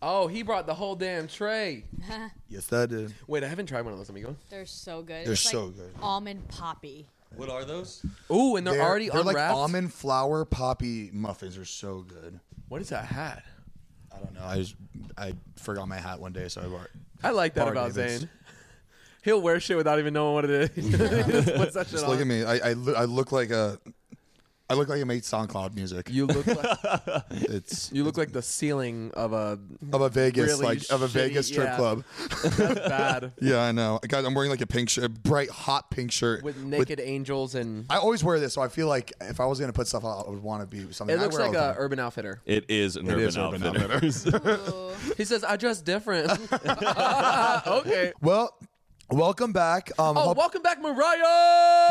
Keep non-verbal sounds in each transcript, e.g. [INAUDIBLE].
Oh, he brought the whole damn tray. Yes, that did. Wait, I haven't tried one of those. Let me go. They're so good. They're It's like so good. Almond poppy. What are those? Ooh, and they're, already they're unwrapped. like almond flour poppy muffins. Are so good. What is that hat? I don't know. I just, I forgot my hat one day, so I bought. I like that Bar about Davis. Zane. [LAUGHS] He'll wear shit without even knowing what it is. [LAUGHS] Just puts that shit Just look on. at me. I I, lo- I look like a. I look like I made SoundCloud music. You look like [LAUGHS] it's you look like the ceiling of a of a Vegas really like of a shitty- Vegas strip yeah. club. that's bad Yeah, I know. Guys, I'm wearing like a pink shirt, a bright hot pink shirt [LAUGHS] with naked angels and I always wear this, so I feel like if I was gonna put stuff out, I would want to be something. it looks I wear like all the a er time. Urban Outfitter. It is an urban, is Urban Outfitters. Ooh. He says I dress different. [LAUGHS] okay. Well, welcome back. Um, Oh, hope- welcome back, Mariah. [LAUGHS]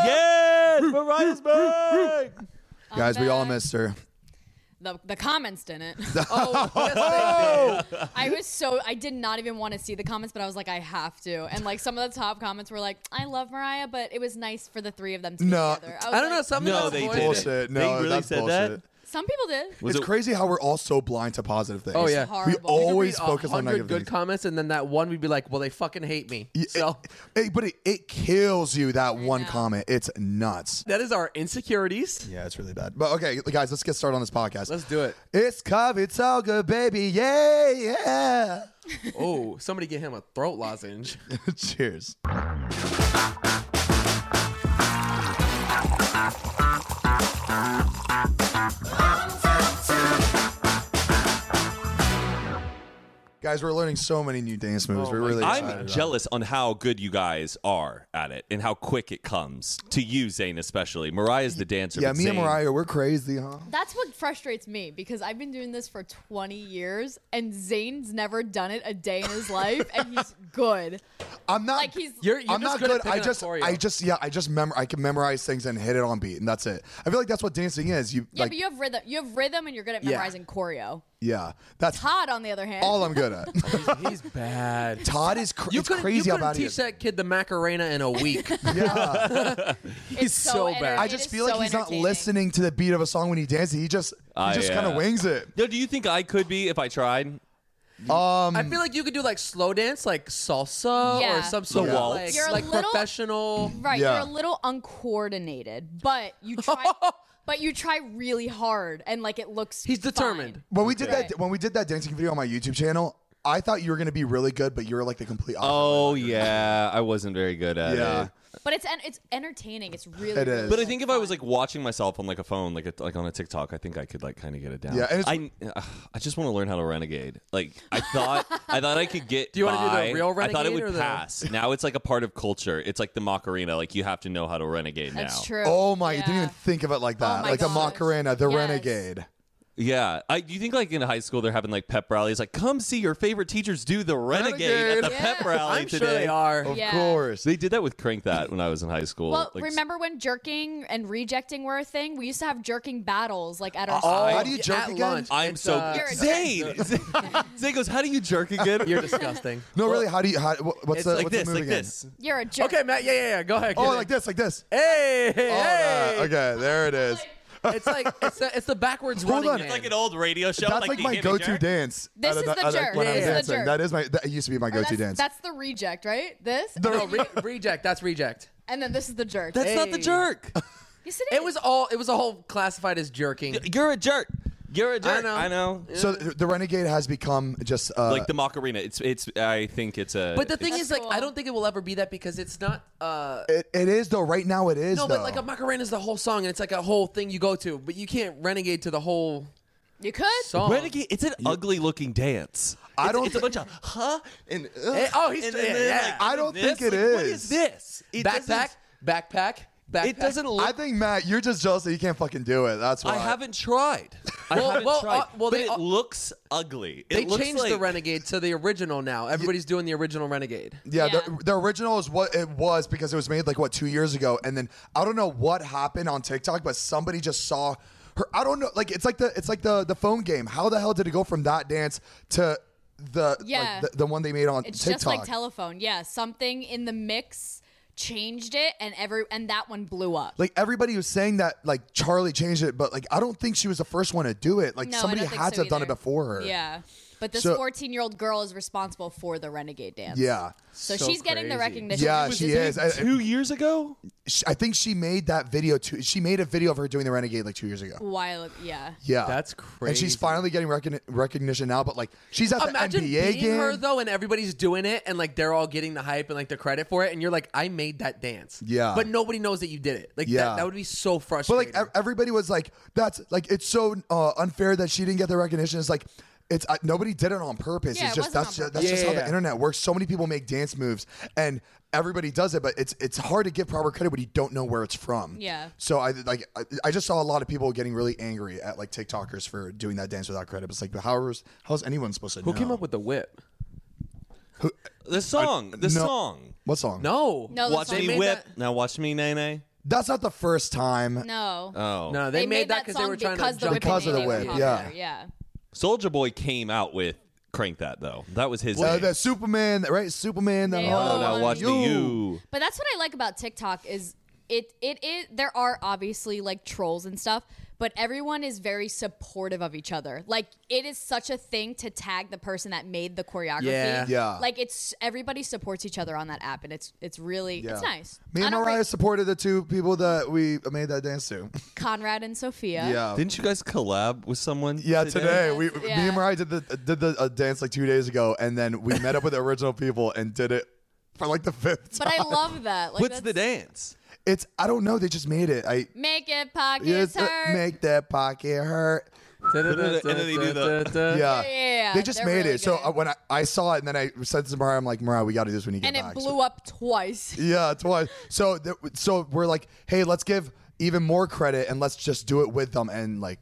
yes, Mariah's back. guys, we all back. missed her. The, the comments [LAUGHS] didn't. Oh, [LAUGHS] yes, they did. I was so I did not even want to see the comments, but I was like, I have to. And like some of the top comments were like, I love Mariah, but it was nice for the three of them to No. be together. was I don't know. like- Something No, about they the boys didn't. did. Bullshit. No, They really that's said that? bullshit. Some people did. Was it's it- crazy how we're all so blind to positive things. Oh, yeah. It's we horrible. You can always You could read focus on 100 negative good things. comments, and then that one would be like, "Well, they fucking hate me." It- So it- but it, it kills you that one know. comment. It's nuts. [LAUGHS] that is our insecurities. Yeah, it's really bad. But okay, guys, let's get started on this podcast. Let's [LAUGHS] do it. it's coffee so good, baby. Yeah, yeah. Oh, somebody get him a throat [LAUGHS] lozenge. Cheers. Guys, we're learning so many new dance moves. Oh we're my really God. excited. I I'm about jealous on how good you guys are at it and how quick it comes to you, Zane, especially. Mariah's the it. dancer. Yeah, but me and Zane- Mariah, we're crazy, huh? That's what frustrates me because I've been doing this for 20 years and Zane's never done it a day in his life and [LAUGHS] he's good. I'm not. Like he's You're, you're I'm just not good. good. at I picking up just, choreo. I just, yeah, I just mem- I can memorize things and hit it on beat, and that's it. I feel like that's what dancing is. You, Yeah, like, but you have rhythm. You have rhythm and you're good at Yeah. memorizing choreo. yeah, that's Todd on the other hand. all I'm good at. [LAUGHS] He's bad. Todd is cr- You it's couldn't, crazy you how couldn't bad he teach is. that kid the Macarena in [LAUGHS] a week. Yeah. [LAUGHS] He's so, bad. enter- I It just is feel like so he's not entertaining. listening to the beat of a song when he dances. He just he I, just uh, kind of wings it. No, do you think I could be if I tried? Um, I feel like you could do like slow dance, like salsa or Yeah. some sort of waltz. like, You're a like little- professional. Right, Yeah. you're a little uncoordinated, but [LAUGHS] you try, but you try really hard, and like it looks. He's fine. determined. when we did that Right. when we did that dancing video on my YouTube channel, I thought you were gonna be really good, but you're like the complete opposite. Oh, yeah. I wasn't very good at Yeah. it. But it's en- it's entertaining. It's really. It really is. But I think if I was like watching myself on like a phone, like a, like on a TikTok, I think I could like kind of get it down. Yeah, and I uh, I just want to learn how to renegade. Like I thought, [LAUGHS] I thought I could get. Do you wanna do the real I thought it renegade or would the- pass. Now it's like a part of culture. It's like the Macarena. Like you have to know how to renegade now. that's true. Oh my! I Didn't Yeah. Oh even think of it like that. my like the gosh. Macarena, the Yes. Renegade. Yeah, I do you think like in high school they're having like pep rallies? Like come see your favorite teachers do the renegade, Renegade. at the Yeah. pep rally I'm today. sure they are. Of Yeah. course. They did that with Crank That when I was in high school. Well, Like, remember when jerking and rejecting were a thing? We used to have jerking battles like at our. Oh, school. how do you jerk At again? lunch. I'm It's, so uh, You're a Zane. [LAUGHS] Zane goes, "How do you jerk again?" You're disgusting. No, really. How do you? How, wh- what's It's the like like what's this, the move like again? this. You're a jerk. Okay, Matt. Yeah, yeah, yeah. Go ahead. Oh, get it. like this, like this. Hey, hey. All that. Okay, there it is. [LAUGHS] It's like it's the, it's the backwards Hold running. on. man. It's like an old radio show. That's like the my hit go-to jerk. dance. This at is a- the at a- jerk. When I'm This is the dancing, jerk. that is my. That used to be my Or go-to that's, dance. that's the reject, right? This, and The then, you- Re- reject. That's reject. and then this is the jerk. That's not the Hey. jerk. Yes, it is. It was all. It was all classified as jerking. You're a jerk. You're a jerk. know. I know. So th- the Renegade has become just uh, Like the Macarena. It's it's. I think it's a. But the thing That's is, like, cool. I don't think it will ever be that because it's not. uh It, it is though. Right now, it is. No, though. but like a macarena is the whole song, and it's like a whole thing you go to. But you can't renegade to the whole you could. song. Renegade. It's an ugly looking dance. I It's- don't It's a bunch of huh [LAUGHS] and. Eh, ugh, oh, he's- yeah, yeah. I don't this. think it like, What is. is this? It backpack, doesn't- backpack, backpack. It doesn't I look. think Matt, you're just jealous that you can't fucking do it. That's why I haven't tried. I Well, haven't well, tried. uh, well, but they it all- looks ugly. It They looks changed the like- renegade to the original now. Everybody's doing the original renegade. Yeah, Yeah. The, the original is what it was because it was made like what two years ago, and then I don't know what happened on TikTok, but somebody just saw her. I don't know. Like it's like the it's like the the phone game. How the hell did it go from that dance to the Yeah. like, the, the one they made on It's TikTok? just like telephone. Yeah, something in the mix changed it, and every and that one blew up. like everybody was saying that like Charlie changed it, but like I don't think she was the first one to do it. Like No, I somebody don't think had so to have done it either. before her. Yeah. But this So- 14 year old girl is responsible for the renegade dance. Yeah. So, So she's getting the crazy. recognition. Yeah, Was she is. it I, two years ago. sh- I think she made that video. Too, she made a video of her doing the Renegade like two years ago. While yeah. Yeah, That's And she's crazy. finally getting recogni- recognition now. But like, she's at Imagine the NBA being game. her though, and everybody's doing it, and like they're all getting the hype and like the credit for it, and you're like, I made that dance, Yeah. but nobody knows that you did it. Like, Yeah. that, that would be so But frustrating. like ev- everybody was like, "That's like it's so uh, unfair that she didn't get the recognition." It's like it's uh, nobody did it on purpose. Yeah, it's it just wasn't that's on ju- purpose. that's just Yeah, how yeah, the yeah. internet works. So many people make dance moves, and everybody does it, but it's it's hard to give proper credit when you don't know where it's from. Yeah. So I like I, I just saw a lot of people getting really angry at like TikTokers for doing that dance without credit. It's like how is how's anyone supposed to who know? came up with the whip? The song. The no. song. what song? No, No, Watch that's not- me Oh, made whip. that- Now watch me nay nay. that's not the first time. No. Oh. no, Uh, they, made, that because they song were trying because to the jump whip Because of the made it whip, popular, yeah. Yeah. Soldier Boy came out with crank that though. That was his. Uh, name. that Superman, right? Superman. That, They all Oh, now on watch me you. But that's what I like about TikTok is it it is there are obviously like trolls and stuff, but everyone is very supportive of each other. Like it is such a thing to tag the person that made the choreography. Yeah. Yeah. Like it's everybody supports each other on that app and it's it's really it's Yeah. nice. Me I and don't Mariah rate supported the two people that we made that dance to. Conrad and Sophia. Yeah. Didn't you guys collab with someone? Oh. yeah, today, we Yeah. me and Mariah did the did the uh, dance like two days ago, and then we met up with the original people and did it for like the fifth. But time. I love that. Like What's the that's- dance? it's I don't know. They just made it. I Make it pockets Yes, uh, hurt. make that pocket hurt. And then they do the- Yeah, yeah, they just they're made really it. So good. uh, when I, I saw it, and then I said to Mariah, I'm like, Mariah, we got to do this when you get and back. it So- blew up twice. Yeah, that's why. So, th- so we're like, hey, let's give even more credit and let's just do it with them. And like,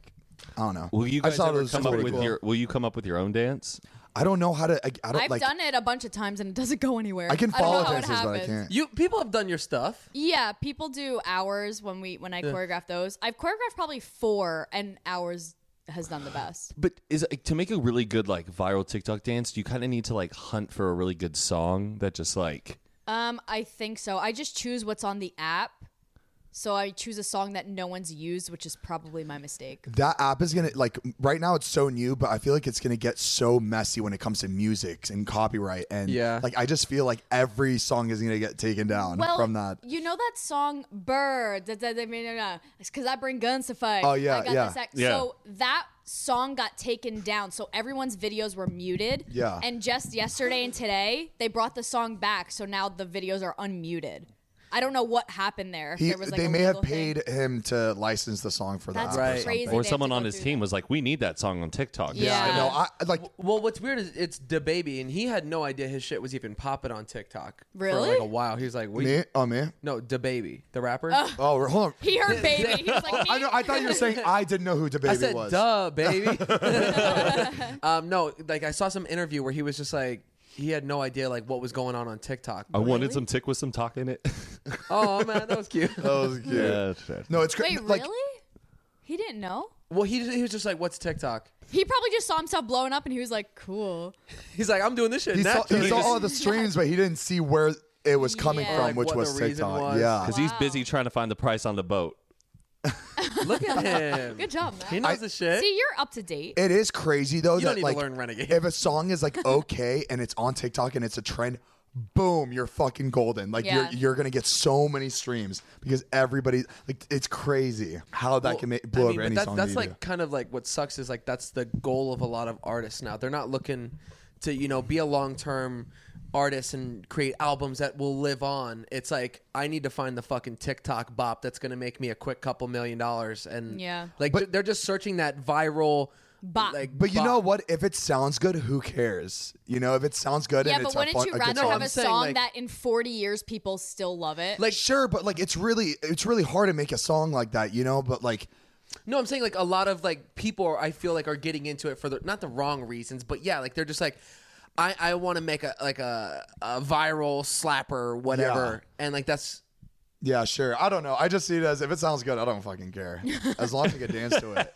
I don't know. Will you I just guys thought it ever was come up pretty with cool. your? Will you come up with your own dance? I don't know how to. I, I don't I've like. done it a bunch of times and it doesn't go anywhere. I can don't know follow how it dances, but I happens. can't. You people have done your stuff. Yeah, people do hours when we when I choreograph those. I've choreographed probably four, and hours has done the best. But is to make a really good like viral TikTok dance, you kind of need to like hunt for a really good song that just like Um, I think so. I just choose what's on the app. So I choose a song that no one's used, which is probably my mistake. That app is gonna like right now. It's so new, but I feel like it's gonna get so messy when it comes to music and copyright. And Yeah. like I just feel like every song is gonna get taken down Well, from that. you know that song "Bird" because I bring guns to fight. Oh, yeah, I got yeah. this act- Yeah. So that song got taken down, so everyone's videos were muted. Yeah. And just yesterday and today, they brought the song back, so now the videos are unmuted. I don't know what happened there. if He, there was, like, they a may have legal thing. paid him to license the song for That's that. Right. crazy. or they someone have to on go his through team was like, we need that song on TikTok. Yeah. I know. I like. Well, what's weird is it's DaBaby, and he had no idea his shit was even popping on TikTok Really? for like a while. He was like, we, Me? Oh man. no, DaBaby, the rapper. Oh, hold on. [LAUGHS] He heard baby. He was like, I know. I thought you [LAUGHS] were saying I didn't know who DaBaby I said, was. "Duh, baby." [LAUGHS] [LAUGHS] um, no, like I saw some interview where he was just like, he had no idea like what was going on on TikTok. Oh. I wanted some tick with some talk [LAUGHS] in it. oh man, that was [LAUGHS] cute. That was cute. [LAUGHS] No, it's crazy. Wait, like, really? He didn't know. Well, he he was just like, "What's TikTok?" He probably just saw himself blowing up, and he was like, "Cool." He's like, "I'm doing this shit." He saw, naturally." he saw all the streams, but he didn't see where it was coming Yeah. from, Like which what was the reason TikTok. was. Yeah. Because he's busy trying to find the price on the boat. Look [LAUGHS] at him. Good job, He man. knows the shit. See, you're up to date. It is crazy though You that don't need to like learn Renegade. if a song is like okay and it's on TikTok and it's a trend, boom, you're fucking golden. Like Yeah. you're you're gonna get so many streams because everybody like it's crazy how that can make, blow I mean, up but any that's, song. that's you like do. kind of like what sucks is like that's the goal of a lot of artists now. They're not looking to you know be a long term artist and create albums that will live on. It's like I need to find the fucking TikTok bop that's going to make me a quick couple million dollars and Yeah. like But- they're just searching that viral Bop. Like, but you bop. know what? If it sounds good, who cares? You know, if it sounds good Yeah, and but it's a wouldn't fun, you a good rather song. have I'm a saying, song like- that in 40 years people still love it? Like- sure, but like it's really it's really hard to make a song like that, you know. But like No, I'm saying like a lot of like people are, I feel like are getting into it for the not the wrong reasons, but yeah, like they're just like I I want to make a like a, a viral slapper whatever, and like that's Yeah, sure. I don't know. I just see it as if it sounds good, I don't [LAUGHS] fucking care. As long as you can dance to it.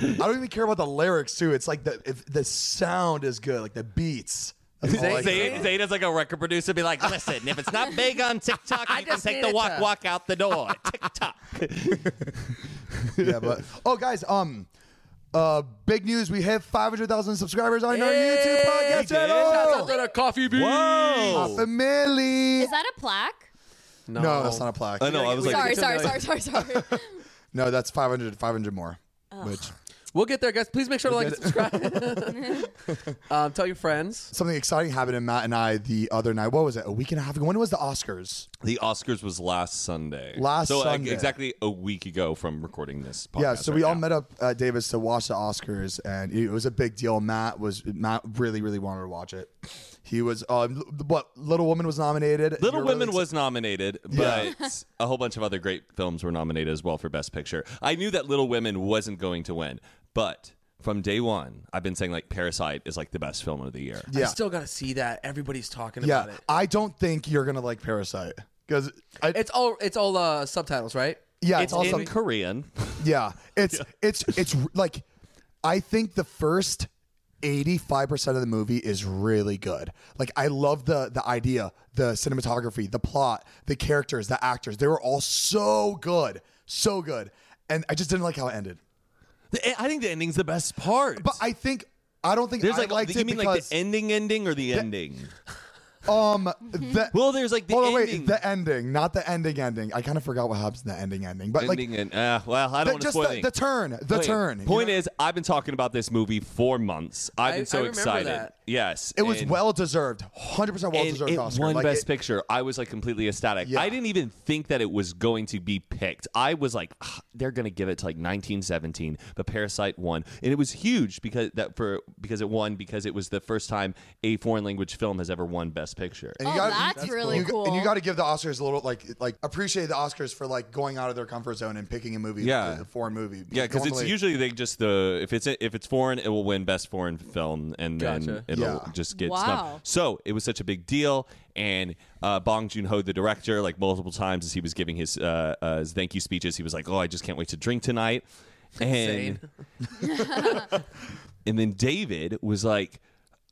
I don't even care about the lyrics too. It's like the if the sound is good, like the beats. That's all I care about. Zayda's like a record producer, be like, listen, if [LAUGHS] it's not big on TikTok, I just need it to- out the door. TikTok. yeah, but oh guys, um Uh, big news! We hit 500,000 subscribers on our Hey, YouTube podcast Shout out channel. to the coffee bean. Ah, Whoa! Family. Is that a plaque? No, No, that's not a plaque. I know. I was like, Sorry, it's a sorry, sorry, million. sorry, sorry, [LAUGHS] No, that's 500, 500 more. Oh. Which We'll get there, guys. Please make sure to like and subscribe. [LAUGHS] [LAUGHS] um, tell your friends. something exciting happened in Matt and I the other night. What was it? A week and a half ago. When was the Oscars? the Oscars was last Sunday. Last so, like, Sunday. exactly a week ago from recording this. podcast Yeah, so right we all now. met up at Davis to watch the Oscars, and it was a big deal. Matt was Matt really really wanted to watch it. He was um, l- what Little Woman was nominated. Little You were really Women exci- was nominated, but a whole bunch of other great films were nominated as well for Best Picture. I knew that Little Women wasn't going to win, but from day one, I've been saying like Parasite is like the best film of the year. I Yeah. still gotta see that. Everybody's talking Yeah, about it. I don't think you're gonna like Parasite because It's all it's all uh, subtitles, right? yeah, it's, It's also [LAUGHS] in Korean. yeah, it's it's it's r- like I think the first. 85% of the movie is really good. Like I love the the idea, the cinematography, the plot, the characters, the actors. They were all so good. So good. And I just didn't like how it ended. The- I think the ending's the best part. But I think I don't think there's I like liked you it mean like because the ending, ending, or the ending? um the, [LAUGHS] Well, there's like the hold on ending, wait the ending not the ending ending I kind of forgot what happens in the ending ending but ending, like and uh, well, I the- don't want to just spoil the, anything. the turn the Wait, turn you Point know? is, I've been talking about this movie for months. I've I- been so I remember excited. that. Yes, it was and- well deserved 100 percent well and deserved it Oscar won Like, Best it- Picture. I was like completely ecstatic. Yeah. I didn't even think that it was going to be picked. I was like, "Ah, they're going to give it to like 1917, but Parasite won, and it was huge because that for because it won because it was the first time a foreign language film has ever won Best Picture. and you Oh, gotta- that's you- really you g- And you cool. got to give the Oscars a little like like appreciate the Oscars for like going out of their comfort zone and picking a movie, Yeah. a foreign movie. Yeah, because it's normally- usually they just the if it's if it's foreign, it will win best foreign film, and then Gotcha. it'll Yeah. just get Wow. snubbed. So it was such a big deal, and uh, Bong Joon Ho, the director, like multiple times as he was giving his, uh, uh, his thank you speeches, he was like, "Oh, I just can't wait to drink tonight," and Insane. [LAUGHS] and then David was like,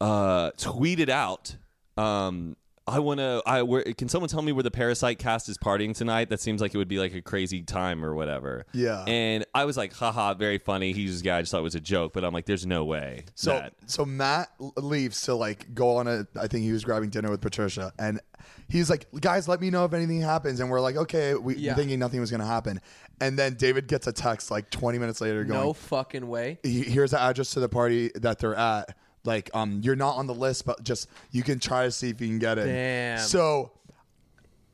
uh, tweeted out, um, I want to. I where, can someone tell me where the Parasite cast is partying tonight? That seems like it would be like a crazy time or whatever. Yeah. And I was like, haha, very funny. He's just guy. I just thought it was a joke, but I'm like, there's no way. So that- so Matt l- leaves to like go on a. I think he was grabbing dinner with Patricia, and he's like, "Guys, let me know if anything happens." And we're like, "Okay," we, Yeah. are thinking nothing was gonna happen, and then David gets a text like 20 minutes later going, No fucking [LAUGHS] way. he- "Here's the address to the party that they're at. Like, um, you're not on the list, but just you can try to see if you can get it." Damn. So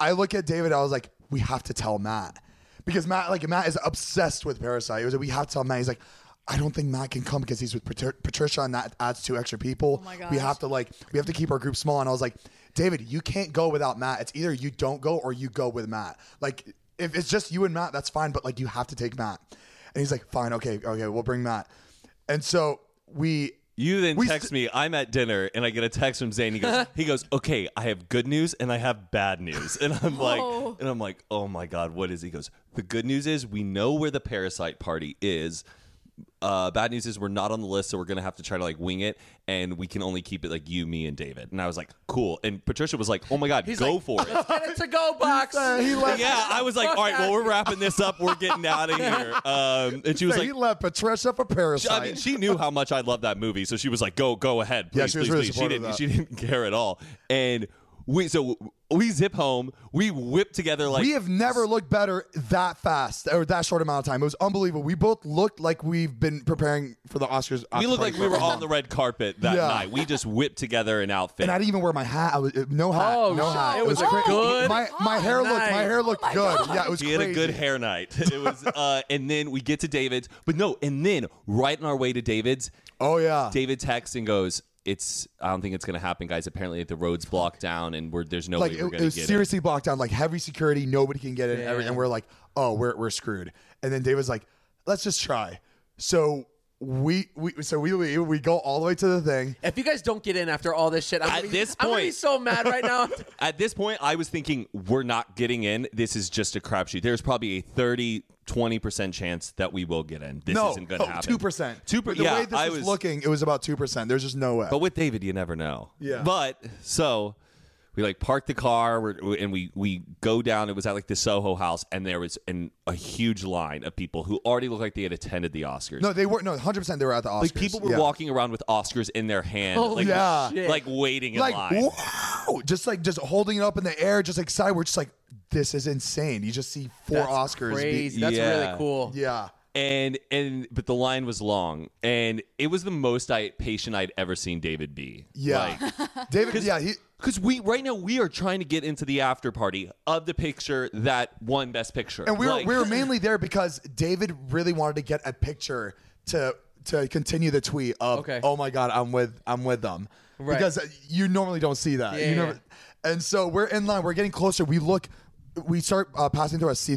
I look at David. I was like, "We have to tell Matt." Because Matt, like Matt, is obsessed with Parasite. It was like, we have to tell Matt. He's like, I don't think Matt can come because he's with Pat- Patricia, and that adds two extra people. my We gosh. have to like, we have to keep our group small. And I was like, David, you can't go without Matt. It's either you don't go or you go with Matt. Like, if it's just you and Matt, that's fine. But like, you have to take Matt. And he's like, fine, okay, okay, we'll bring Matt. And so we, you then we text me. I'm at dinner, and I get a text from Zane. He goes, he goes, okay, I have good news and I have bad news, and I'm like, and I'm like, oh my god, what is? He goes, the good news is we know where the Parasite party is. Uh, bad news is we're not on the list, so we're gonna have to try to like wing it, and we can only keep it like you, me, and David. And I was like, cool. And Patricia was like, oh my god, He's go like, for it. Get it to go box. Uh, [LAUGHS] he left. [LAUGHS] yeah, I was like, all right, well, we're wrapping this up. We're getting [LAUGHS] out of here. Um, and she was like, he left Patricia for Parasite. I mean, she knew how much I loved that movie, so she was like, "Go, go ahead, please, Yeah, she was please, really please." She supportive didn't, of that. she didn't care at all. And we, so we zip home. We whip together like we have never looked better that fast or that short amount of time. It was unbelievable. We both looked like we've been preparing for the Oscars. we looked like we were on the red carpet that Yeah. night. We just whipped together an outfit. And I didn't even wear my hat. I was uh, no hat. Oh, no shit. hat. It was a cra- good My, my hair looked. My night. hair looked good. Yeah, it was. he had a crazy. good hair night. [LAUGHS] It was, uh, and then we get to David's, but no, and then right on our way to David's, Oh yeah. David texts and goes. It's. I don't think it's going to happen, guys. Apparently, the road's blocked down, and we're, there's no like way it, we're it going was to get seriously blocked down. Like heavy security. Nobody can get in. and everything. And we're like, oh, we're we're screwed. And then David's like, let's just try. So we we so we we, we go all the way to the thing. If you guys don't get in after all this shit, I'm At gonna be, this I'm gonna be point- so mad right [LAUGHS] now. At this point, I was thinking we're not getting in. This is just a crapshoot. There's probably a 30, 20% chance that we will get in. This no, Oh, isn't going to happen. two percent. 2%. The yeah, way this I was, was looking, it was about two percent. There's just no way. But with David, you never know. Yeah. But so we like parked the car we're, and we we go down. It was at like the Soho House, and there was an, a huge line of people who already looked like they had attended the Oscars. No, they were no 100. percent They were at the Oscars. like people were Yeah. walking around with Oscars in their hand, Holy like Yeah. shit. like waiting in like line. wow, just like just holding it up in the air, just excited. We're just like, this is insane. You just see four That's Oscars. be- Crazy. That's Yeah. really cool. yeah. and and but the line was long and it was the most I, patient i'd ever seen david be Yeah. [LAUGHS] David, yeah, he because we right now we are trying to get into the after party of the picture that won best picture and we were [LAUGHS] Like, we were mainly there because David really wanted to get a picture to to continue the tweet of Okay. oh my god, I'm with I'm with them. Right. Because you normally don't see that. Yeah, you yeah, never, And so we're in line, we're getting closer. We look we start uh, passing through a see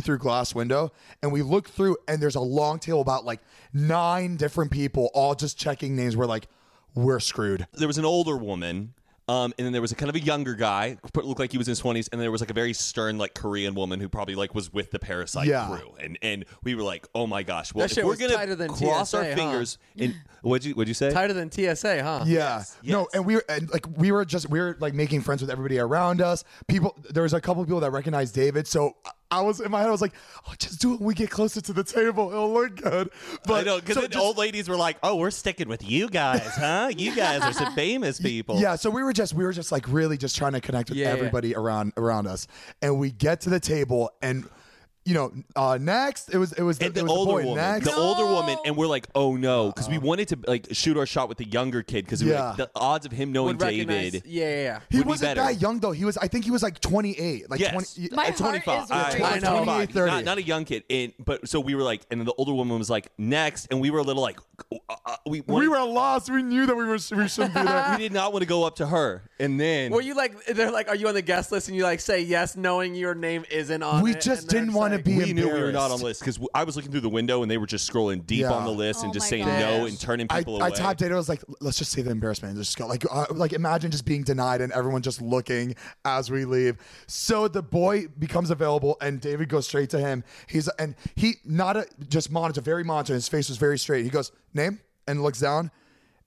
through glass window, and we look through, and there's a long table about like nine different people, all just checking names. We're like, we're screwed. there was an older woman um, and then there was a kind of a younger guy but looked like he was in his 20s and there was like a very stern like korean woman who probably like was with the parasite Yeah. crew and and we were like oh my gosh well That if shit we're was gonna tighter than cross our TSA, huh? fingers and what'd you what'd you say Tighter than TSA, huh? Yeah. No, yes. and we were and like we were just we were like making friends with everybody around us. People there was a couple people that recognized David, so I- I was in my head I was like, oh, just do it when we get closer to the table. It'll look good. But I know, because so then just- old ladies were like, "Oh, we're sticking with you [LAUGHS] guys, huh? You guys are some famous people." Yeah, so we were just we were just like really just trying to connect with Yeah, yeah. everybody around around us. And we get to the table and you know, uh next it was it was the, And the it was older boy, woman, next Uh-huh. the older woman, No. and we're like, "Oh no," because we wanted to like shoot our shot with the younger kid because Yeah. like, the odds of him knowing Would recognize. David. Yeah, yeah, yeah. he would be wasn't better. that young though. He was I think he was like 28, like Yes, 20 My at heart 25. is I- I know. 28, 30. Not, not a young kid. And, but so we were like, and then the older woman was like, next. And we were a little like, uh, uh, we, we wanted- were lost. We knew that we were we shouldn't be there. we did not want to go up to her. And then Were you like they're like, are you on the guest list? And you like say yes, knowing your name isn't on. We it, just and they're didn't wanna like- be- we knew we were not embarrassed. on the list because I was looking through the window and they were just scrolling deep Yeah. on the list and Oh just my saying gosh. no and turning I, [LAUGHS] people I away. tapped it. I was like, let's just say the embarrassment. And just go like, uh, like imagine just being denied and everyone just looking as we leave. So the boy becomes available, and David goes straight to him. He's and he not a, just monitor, very monitor. His face was very straight. He goes name and looks down,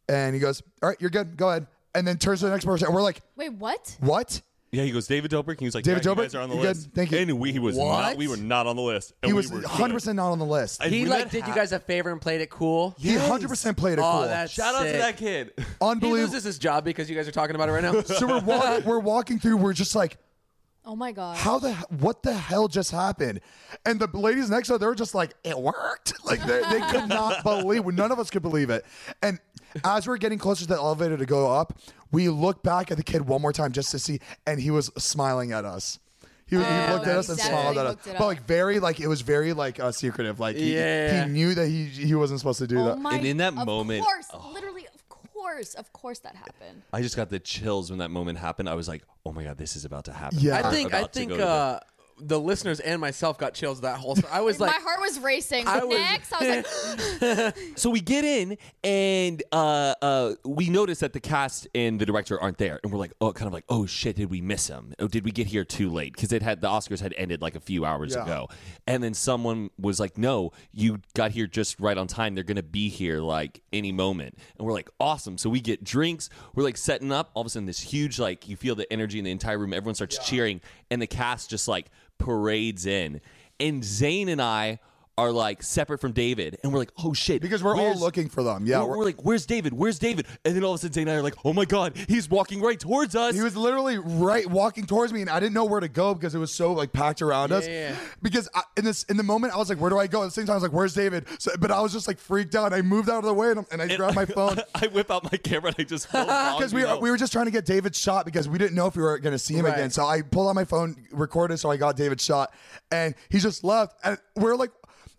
and he goes, all right, you're good, go ahead. And then turns to the next person, and we're like, Wait, what? what? Yeah, he goes David Dobrik. and He was like David "Yeah, You Dobrik, guys are on the you good? list. Thank you. And we he was not. What? We were not on the list. And He we was were good. 100 percent not on the list. [LAUGHS] And He we like met did you half- guys a favor and played it cool. He 100 percent played it Oh, cool. that's [LAUGHS] Shout out to sick. that kid. [LAUGHS] He Unbelievable. loses his job because you guys are talking about it right [LAUGHS] now. so we're [LAUGHS] walking, we're walking through. We're just like. Oh my god. how the what the hell just happened? And the ladies next to her, they were just like, it worked. [LAUGHS] Like they, they could not believe. None of us could believe it. And as we're getting closer to the elevator to go up, we look back at the kid one more time just to see, and he was smiling at us. He, he Oh, looked at us he and definitely smiled at us, looked it but up. like very like it was very like uh, secretive. Like he, Yeah. he knew that he he wasn't supposed to do oh that. my And in that of moment- oh. course, literally, of course, of course that happened. I just got the chills when that moment happened. I was like, oh my god, this is about to happen. Yeah. We're I think I about to think go to the- uh, the listeners and myself got chills that whole. I was like, my heart was racing. I was- Next, I [LAUGHS] was like, So we get in, and uh, uh, we notice that the cast and the director aren't there, and we're like, oh, kind of like, oh shit, did we miss him? Oh, did we get here too late? Because it had the Oscars had ended like a few hours Yeah. ago, and then someone was like, no, you got here just right on time. They're gonna be here like any moment, and we're like, awesome. So we get drinks. We're like setting up. All of a sudden, this huge like you feel the energy in the entire room. Everyone starts cheering, and the cast just like parades in, and Zayn and I. Are like separate from David, and we're like, oh shit, Because we're all Where's- looking for them. Yeah, we're, we're- we're like, "Where's David? Where's David?" And then all of a sudden, Zane and I are like, "Oh my god, he's walking right towards us!" He was literally right walking towards me, and I didn't know where to go because it was so like packed around us. Yeah. Because I, in this in the moment, I was like, "Where do I go?" At the same time, I was like, "Where's David?" So, but I was just like freaked out. I moved out of the way and, I'm- and I [LAUGHS] grabbed my phone [LAUGHS] I whip out my camera and I just [LAUGHS] because we we were just trying to get David's shot because we didn't know if we were going to see him Right. again. So I pulled out my phone, recorded, so I got David's shot, and he just left. And we're like.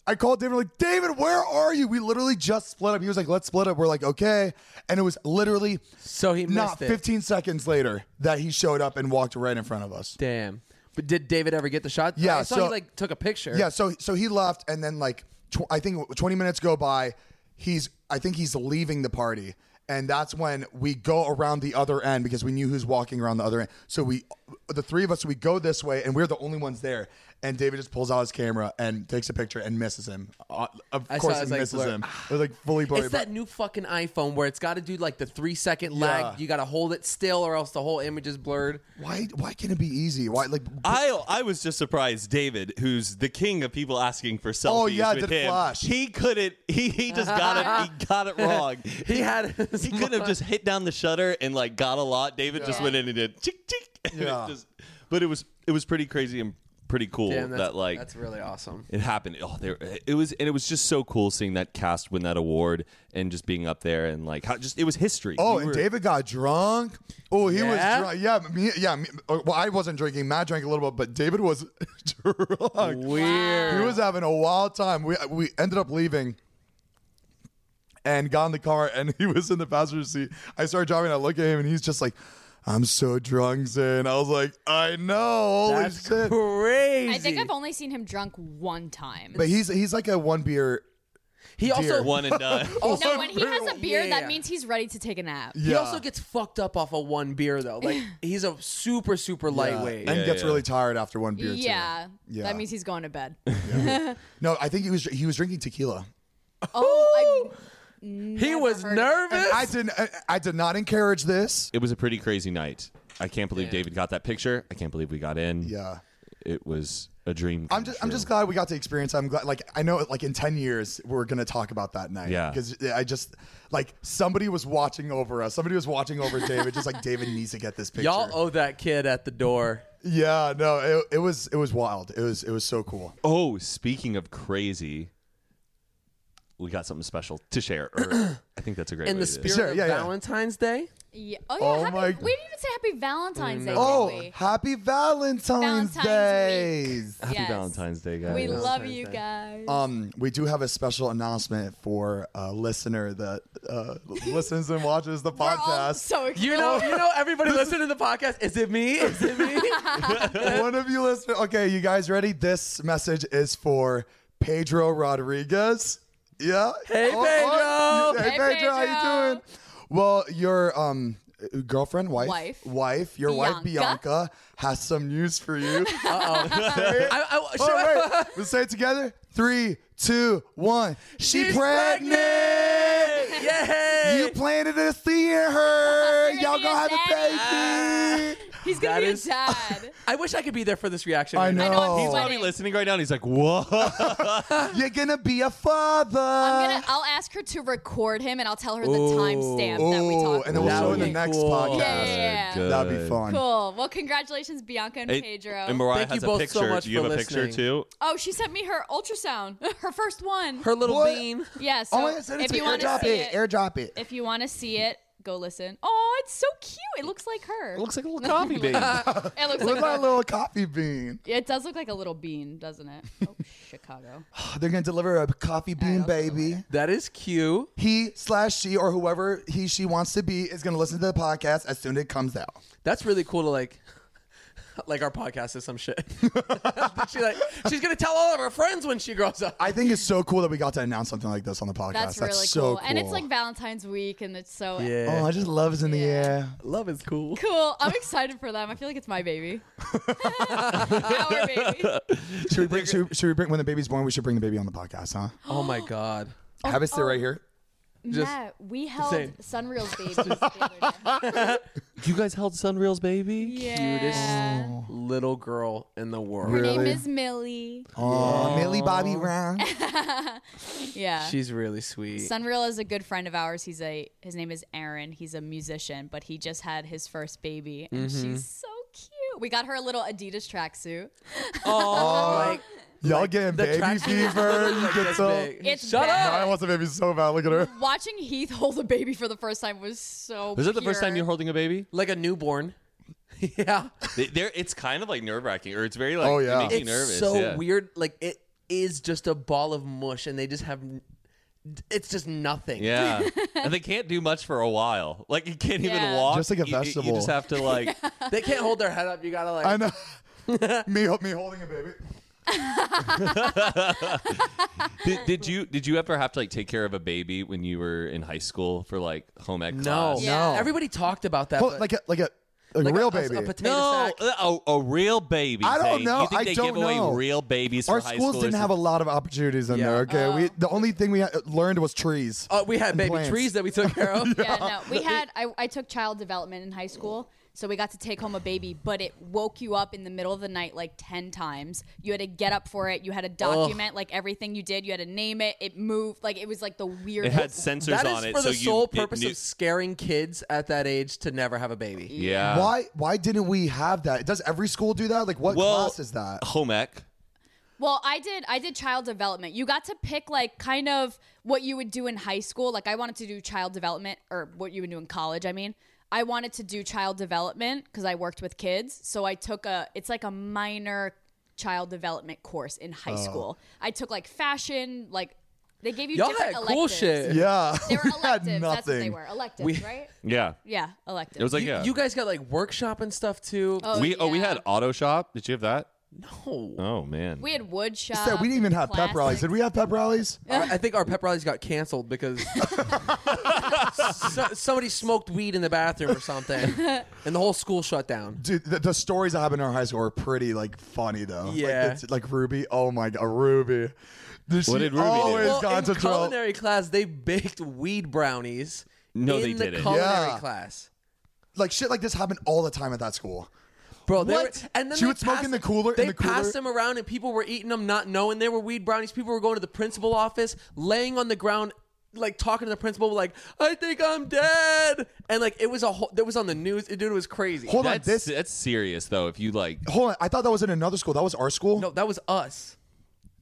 I called David like David, where are you? We literally just split up. He was like, "Let's split up." We're like, "Okay," and it was literally so he missed not it. 15 seconds later that he showed up and walked right in front of us. Damn. But did David ever get the shot? Yeah, I saw so- he like took a picture. Yeah, so so he left, and then like tw- I think twenty minutes go by. He's I think he's leaving the party, and that's when we go around the other end because we knew who's walking around the other end. So we, the three of us, we go this way, and we're the only ones there. and David just pulls out his camera and takes a picture and misses him. Uh, of I saw course, it he was like misses blur- him. It was like fully blurry. It's but- that new fucking iPhone where it's got to do like the three second Yeah. lag. You got to hold it still, or else the whole image is blurred. why? Why can it be easy? Why like? I I was just surprised David, who's the king of people asking for selfies Oh, yeah, with did him, Flash. he couldn't. He, he just got it. [LAUGHS] He got it wrong. He had. his [LAUGHS] he couldn't have just hit down the shutter and like got a lot. David just Yeah. went in and did chick [LAUGHS] chick. and it Yeah. just- but it was it was pretty crazy and pretty cool Damn, that's, that like that's really awesome. it happened. Oh, there it was, and it was just so cool seeing that cast win that award and just being up there and like how just it was history. Oh, We and were- David got drunk. Oh, he Yeah? was drunk. Yeah, me, yeah. Me, uh, well, I wasn't drinking. Matt drank a little bit, but David was [LAUGHS] drunk. Weird. He was having a wild time. We we ended up leaving and got in the car, and [LAUGHS] he was in the passenger seat. I started driving. I look at him, and he's just like, "I'm so drunk, Zane." I was like, "I know, holy That's shit." crazy. I think I've only seen him drunk one time. But he's he's like a one beer. he also [LAUGHS] one and done. no, when he has a beer, that Yeah. means he's ready to take a nap. He Yeah. also gets fucked up off of one beer though. [LAUGHS] Like he's a super super Yeah. lightweight. and Yeah, gets yeah. really tired after one beer. too. Yeah, Yeah. that means he's going [LAUGHS] to bed. No, I think he was he was drinking tequila. oh, he was heard of it. nervous. I didn't. I, I did not encourage this. it was a pretty crazy night. I can't believe Yeah. David got that picture. I can't believe we got in. Yeah. it was a dream. I'm come just, I'm true. just glad we got to experience. I'm glad, like, I know, like, in ten years we're gonna talk about that night. Yeah. because I just, like, somebody was watching over us. Somebody was watching over David. Just like David needs to get this picture. Y'all owe that kid at the door. yeah, no, it, it was, it was wild. It was, it was so cool. Oh, speaking of crazy, we got something special to share. Or I think that's a great. In way the to- spirit Sure, of yeah, yeah. Valentine's Day, yeah. Oh, yeah. Oh happy, my- We didn't even say Happy Valentine's Day, Oh, did we? happy Valentine's, Valentine's week. days. Happy Yes. Valentine's Day, guys. We love Valentine's you Day. guys. Um, we do have a special announcement for a listener that uh, listens and watches the We're all podcast. so excited. you know, you know, [LAUGHS] everybody listening to the podcast. Is it me? Is it [LAUGHS] me? One of you listening. Okay, you guys ready? This message is for Pedro Rodriguez. Yeah. Hey, Pedro. hey, Hey, Pedro, How you Pedro. doing? Well, your um girlfriend, wife, Wife. wife, your wife Bianca. Bianca has some news for [LAUGHS] you. I, I, sure. oh wait, let's say it together. Three, two, one. She She's pregnant. [LAUGHS] Yay! You planted a seed in her. You're Y'all gonna be gonna have a a baby. He's gonna That be is- a dad. I wish I could be there for this reaction. I right now. know. know, I'm He's probably Wedding. listening right now. and He's like, "Whoa!" You're gonna be a father. I'm Uh, gonna. I'll ask her to record him, and I'll tell her the timestamp that we Ooh, talked. and then we'll That about. show would in the be next cool. podcast. Yeah, yeah, yeah. Good. That'd be fun. Cool. Well, congratulations, Bianca and Hey, Pedro. And Mariah Thank you has a both picture. so much Do you for have a picture listening. too? oh, she sent me her ultrasound, [LAUGHS] her first one. Her little What? bean. yeah. So Oh my God, send it if to you me. want to Airdrop see it. it, Airdrop it. if you want to see it, go listen. Oh, it's so cute. It looks like her. It looks like [LAUGHS] [LAUGHS] a little coffee bean. It looks Look like at that her. little coffee bean. It does look like a little bean, doesn't it? Oh, Chicago. [SIGHS] They're gonna deliver a coffee bean I'll do it baby. That is cute. He slash she or whoever he she wants to be is gonna listen to the podcast as soon as it comes out. That's really cool to like. [LAUGHS] Like our podcast is some shit. [LAUGHS] she like she's gonna tell all of her friends when she grows [LAUGHS] up. I think it's so cool that we got to announce something like this on the podcast. That's That's, really so cool. cool. And it's like Valentine's week, and it's so Yeah, oh, I just love is in the air. love is cool. cool. I'm excited for them. I feel like it's my baby. Our baby. Should we bring? Should, should we bring when the baby's born? We should bring the baby on the podcast, [GASPS] huh? [GASPS] Oh my god. Have it Oh. sit right here. Just- Matt, we held Same. Sunreal's babies the other day. You guys held Sunreels, baby. Yeah. Little girl in the world. Her name Really? is Millie. Oh, Millie [LAUGHS] Bobby Brown. Yeah. She's really sweet. Sunreal is a good friend of ours. He's a his name is Aaron. He's a musician, but he just had his first baby, and she's so cute. We got her a little Adidas tracksuit. like Y'all getting the baby tracksuit is [LAUGHS] [LAUGHS] fever? literally You get this so. big. It's Shut bad. up. I want the baby so bad. Look at her. Watching Heath hold a baby for the first time was so. Was that the first time pure. you're holding a baby? Like a newborn. [LAUGHS] yeah. They- They're, it's kind of like nerve wracking, or it's very like. Oh, yeah. It makes It's you nervous. so yeah. weird. Like it is just a ball of mush, and they just have. It's just nothing. Yeah, and they can't do much for a while. Like you can't even Yeah. walk. Just like a You- you- You, vegetable. just have [LAUGHS] to like. They can't hold their head up. You gotta like. I know. me, me holding a baby. did, did you did you ever have to like take care of a baby when you were in high school for like home ec No, class? Yeah. No. Everybody talked about that. Hold- but like a like a Like a real a, baby. a potato No, Uh, sack. a, a real baby. I don't Zane. know. You think I they don't give away know. real babies Our for high schools didn't schoolers? have a lot of opportunities in Yeah. there. Okay, we the only thing we had, learned was trees. Uh, we had and baby plants. trees that we [LAUGHS] took care of. [LAUGHS] Yeah, no. We had I, I took child development in high school, so we got to take home a baby, but it woke you up in the middle of the night like ten times. You had to get up for it. You had to document like everything you did. You had to name it. It moved like it was like the It weirdest. had sensors That on is it, for so the you- sole it purpose knew- of scaring kids at that age to never have a baby. yeah. Why? Why didn't we have that? Does every school do that? Like, what class is [LAUGHS] that? Home ec. well, I did I did child development. You got to pick like kind of what you would do in high school. Like I wanted to do child development or what you would do in college, I mean. I wanted to do child development because I worked with kids. So I took a it's like a minor child development course in high school. I took like fashion, like they gave you Y'all different had cool electives. shit. Yeah, They were [LAUGHS] we electives. had That's what they nothing. were. Electives, We- right? Yeah. Yeah, electives. It was like You, yeah. you guys got like workshop and stuff too. Oh, we oh we yeah. had auto shop. Did you have that? Oh. Oh man. we had wood shop. Said we didn't even have pep rallies. [LAUGHS] Did we have pep rallies? I I think our pep rallies got canceled [LAUGHS] because so, somebody smoked weed in the bathroom or [LAUGHS] something, and the whole school shut down. Dude, the, the stories that happened in our high school are pretty like funny though. Yeah. like, it's, like Ruby. Oh my god, Ruby. This- What she did Ruby do? always Well, got in to trouble. culinary class, they baked weed brownies. No, in they the didn't. Culinary Yeah. class, Like shit, like this happened all the time at that school. bro. They What? Were, and then She they would smoke passed- in the cooler- in They the cooler? passed them around, and people were eating them, not knowing they were weed brownies. People were going to the principal office, laying on the ground. Like talking to the principal, like I think I'm dead, and like it was a whole. That was on the news. It, dude, it was crazy. Hold that's on, this. that's serious though. If you like, Hold on, I thought that was in another school. That was our school. no, that was us.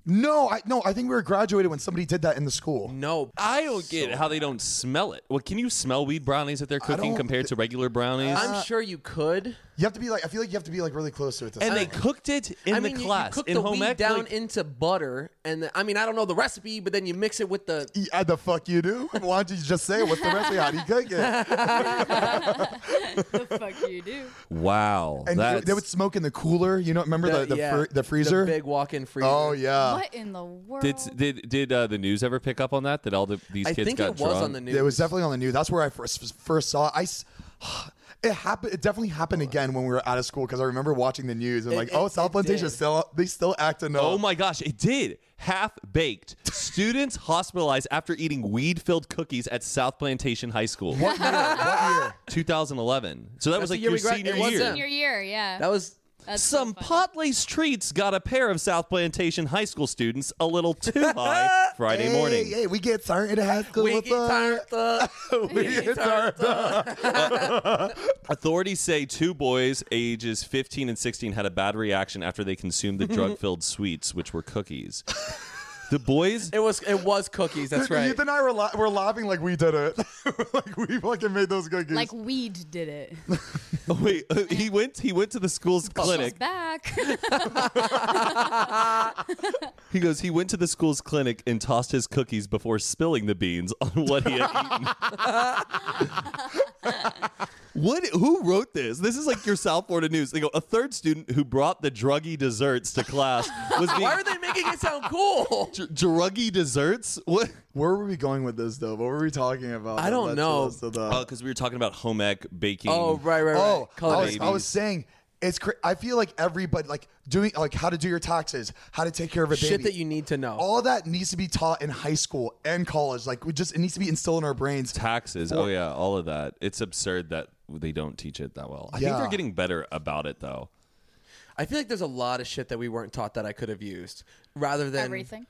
no, I no, I think we were graduated when somebody did that in the school. No, I don't get how they don't smell it. Well, can you smell weed brownies that they're cooking don't compared to regular brownies? I'm sure you could. You have to be like, I feel like you have to be like really close to it. To and they smell it. cooked it in I the mean, you- class you cook in the home wheat ec. down like- into butter, and the, I mean, I don't know the recipe, but then you mix it with the. Yeah, the fuck you [LAUGHS] do? Why don't you just say it? What's the recipe? How do you cook it? the fuck you do? wow, And you, that's, they would smoke in the cooler. You know, remember the the, yeah, fr- the freezer? big walk-in freezer. oh yeah, what in the world? did did did uh, the news ever pick up on that? That all the, these I kids think got it was drunk? on the news. it was definitely on the news. That's where I first first saw. It. I s- [SIGHS] it happened. It definitely happened again when we were out of school because I remember watching the news and like, it- oh, South it Plantation did. still they still acting up. Oh my gosh, it did. Half baked. Students [LAUGHS] hospitalized after eating weed filled cookies at South Plantation High School. What year? What year? 2011. So that That's was the like year your we gra- senior it was year. them. Senior year, yeah. that was. That's so Some funny. Potlace treats got a pair of South Plantation High School students a little too high Friday Hey, morning. Hey, we get started at high school. We [LAUGHS] with get us. turned up. [LAUGHS] [LAUGHS] We get turned up. Authorities say two boys, ages 15 and 16, had a bad reaction after they consumed the drug filled sweets, which were cookies. The boys It was. It was cookies. That's right. Ethan and I were, la- were laughing like we did it. [LAUGHS] like we fucking made those cookies. like weed [LAUGHS] did it. Oh, [LAUGHS] wait, uh, he went he went to the school's She's [LAUGHS] clinic. back. He goes, he went to the school's clinic and tossed his cookies before spilling the beans on what he had eaten. [LAUGHS] what who wrote this? This is like your South Florida news. They go, a third student who brought the druggy desserts to class [LAUGHS] was Why being are they making it sound cool? Dr- druggy desserts? What? Where were we going with this though? What were we talking about? I don't that led know. to us to the- Oh, because we were talking about home ec baking. Oh right, right, right. oh, I Colored was, I babies. was saying it's. Cra- I feel like everybody like doing like how to do your taxes, how to take care of a shit baby. that you need to know. All that needs to be taught in high school and college. Like we just it needs to be instilled in our brains. Taxes. Oh yeah, all of that. It's absurd that they don't teach it that well. I think Yeah. they're getting better about it though. I feel like there's a lot of shit that we weren't taught that I could have used, rather than Everything.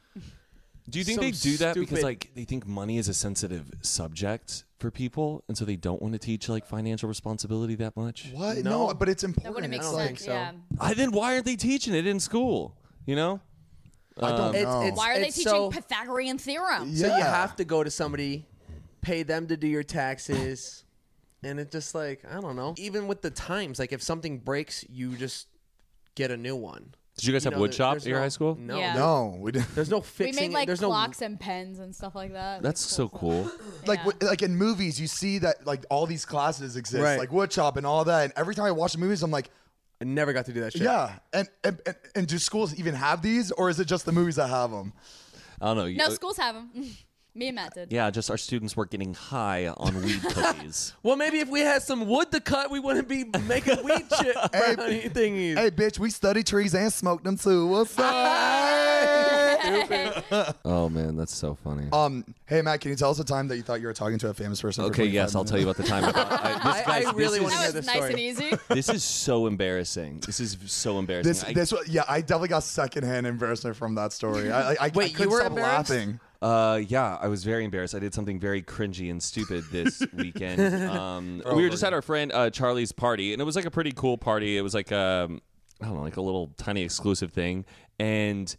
Do you think Some they do that because stupid- like they think money is a sensitive subject for people, and so they don't want to teach like financial responsibility that much? What? No, No. but it's That important. wouldn't make I don't sense. think so. Yeah. I then why aren't they teaching it in school? You know, I don't It's, know. it's, Why are they it's teaching so- Pythagorean theorem? So you Yeah. have to go to somebody, pay them to do your taxes, and it's just like I don't know. Even with the times, like if something breaks, you just get a new one. did you guys You have know, wood there- shop there's at your no- Mm. high school? No, Yeah. no, we didn't. there's no We fixing. made like it. There's clocks no. and pens and stuff like that. That's Like, so cool. like Yeah. w- like in movies you see that like all these classes exist Right. like wood shop and all that and every time i watch the movies i'm like I never got to do that shit. yeah and and, and and do schools even have these or is it just the movies that have them I don't know. No, schools have them. [LAUGHS] Me and Matt did. Yeah, just our students were getting high [LAUGHS] on weed cookies. Well, maybe if we had some wood to cut, we wouldn't be [LAUGHS] making weed chip Hey, brownie thingies. Hey, bitch, we study trees and smoke them too. What's [LAUGHS] up? oh man, that's so funny. um, hey, Matt, can you tell us the time that you thought you were talking to a famous person? for okay, 25 yes, I'll tell you about the [LAUGHS] time. I thought- I- I- this, guys, I really wanna That this, hear is, was this nice story. and easy. [LAUGHS] this is so embarrassing. This is so embarrassing. This, I- this, was- yeah, I definitely got secondhand embarrassment from that story. I, I, I Wait, you couldn't were stop embarrassed? laughing. Uh, yeah, I was very embarrassed. I did something very cringy and stupid this weekend. [LAUGHS] Um, we were just at our friend uh, Charlie's party, and it was like a pretty cool party. It was like um, I don't know, like a little tiny exclusive thing. And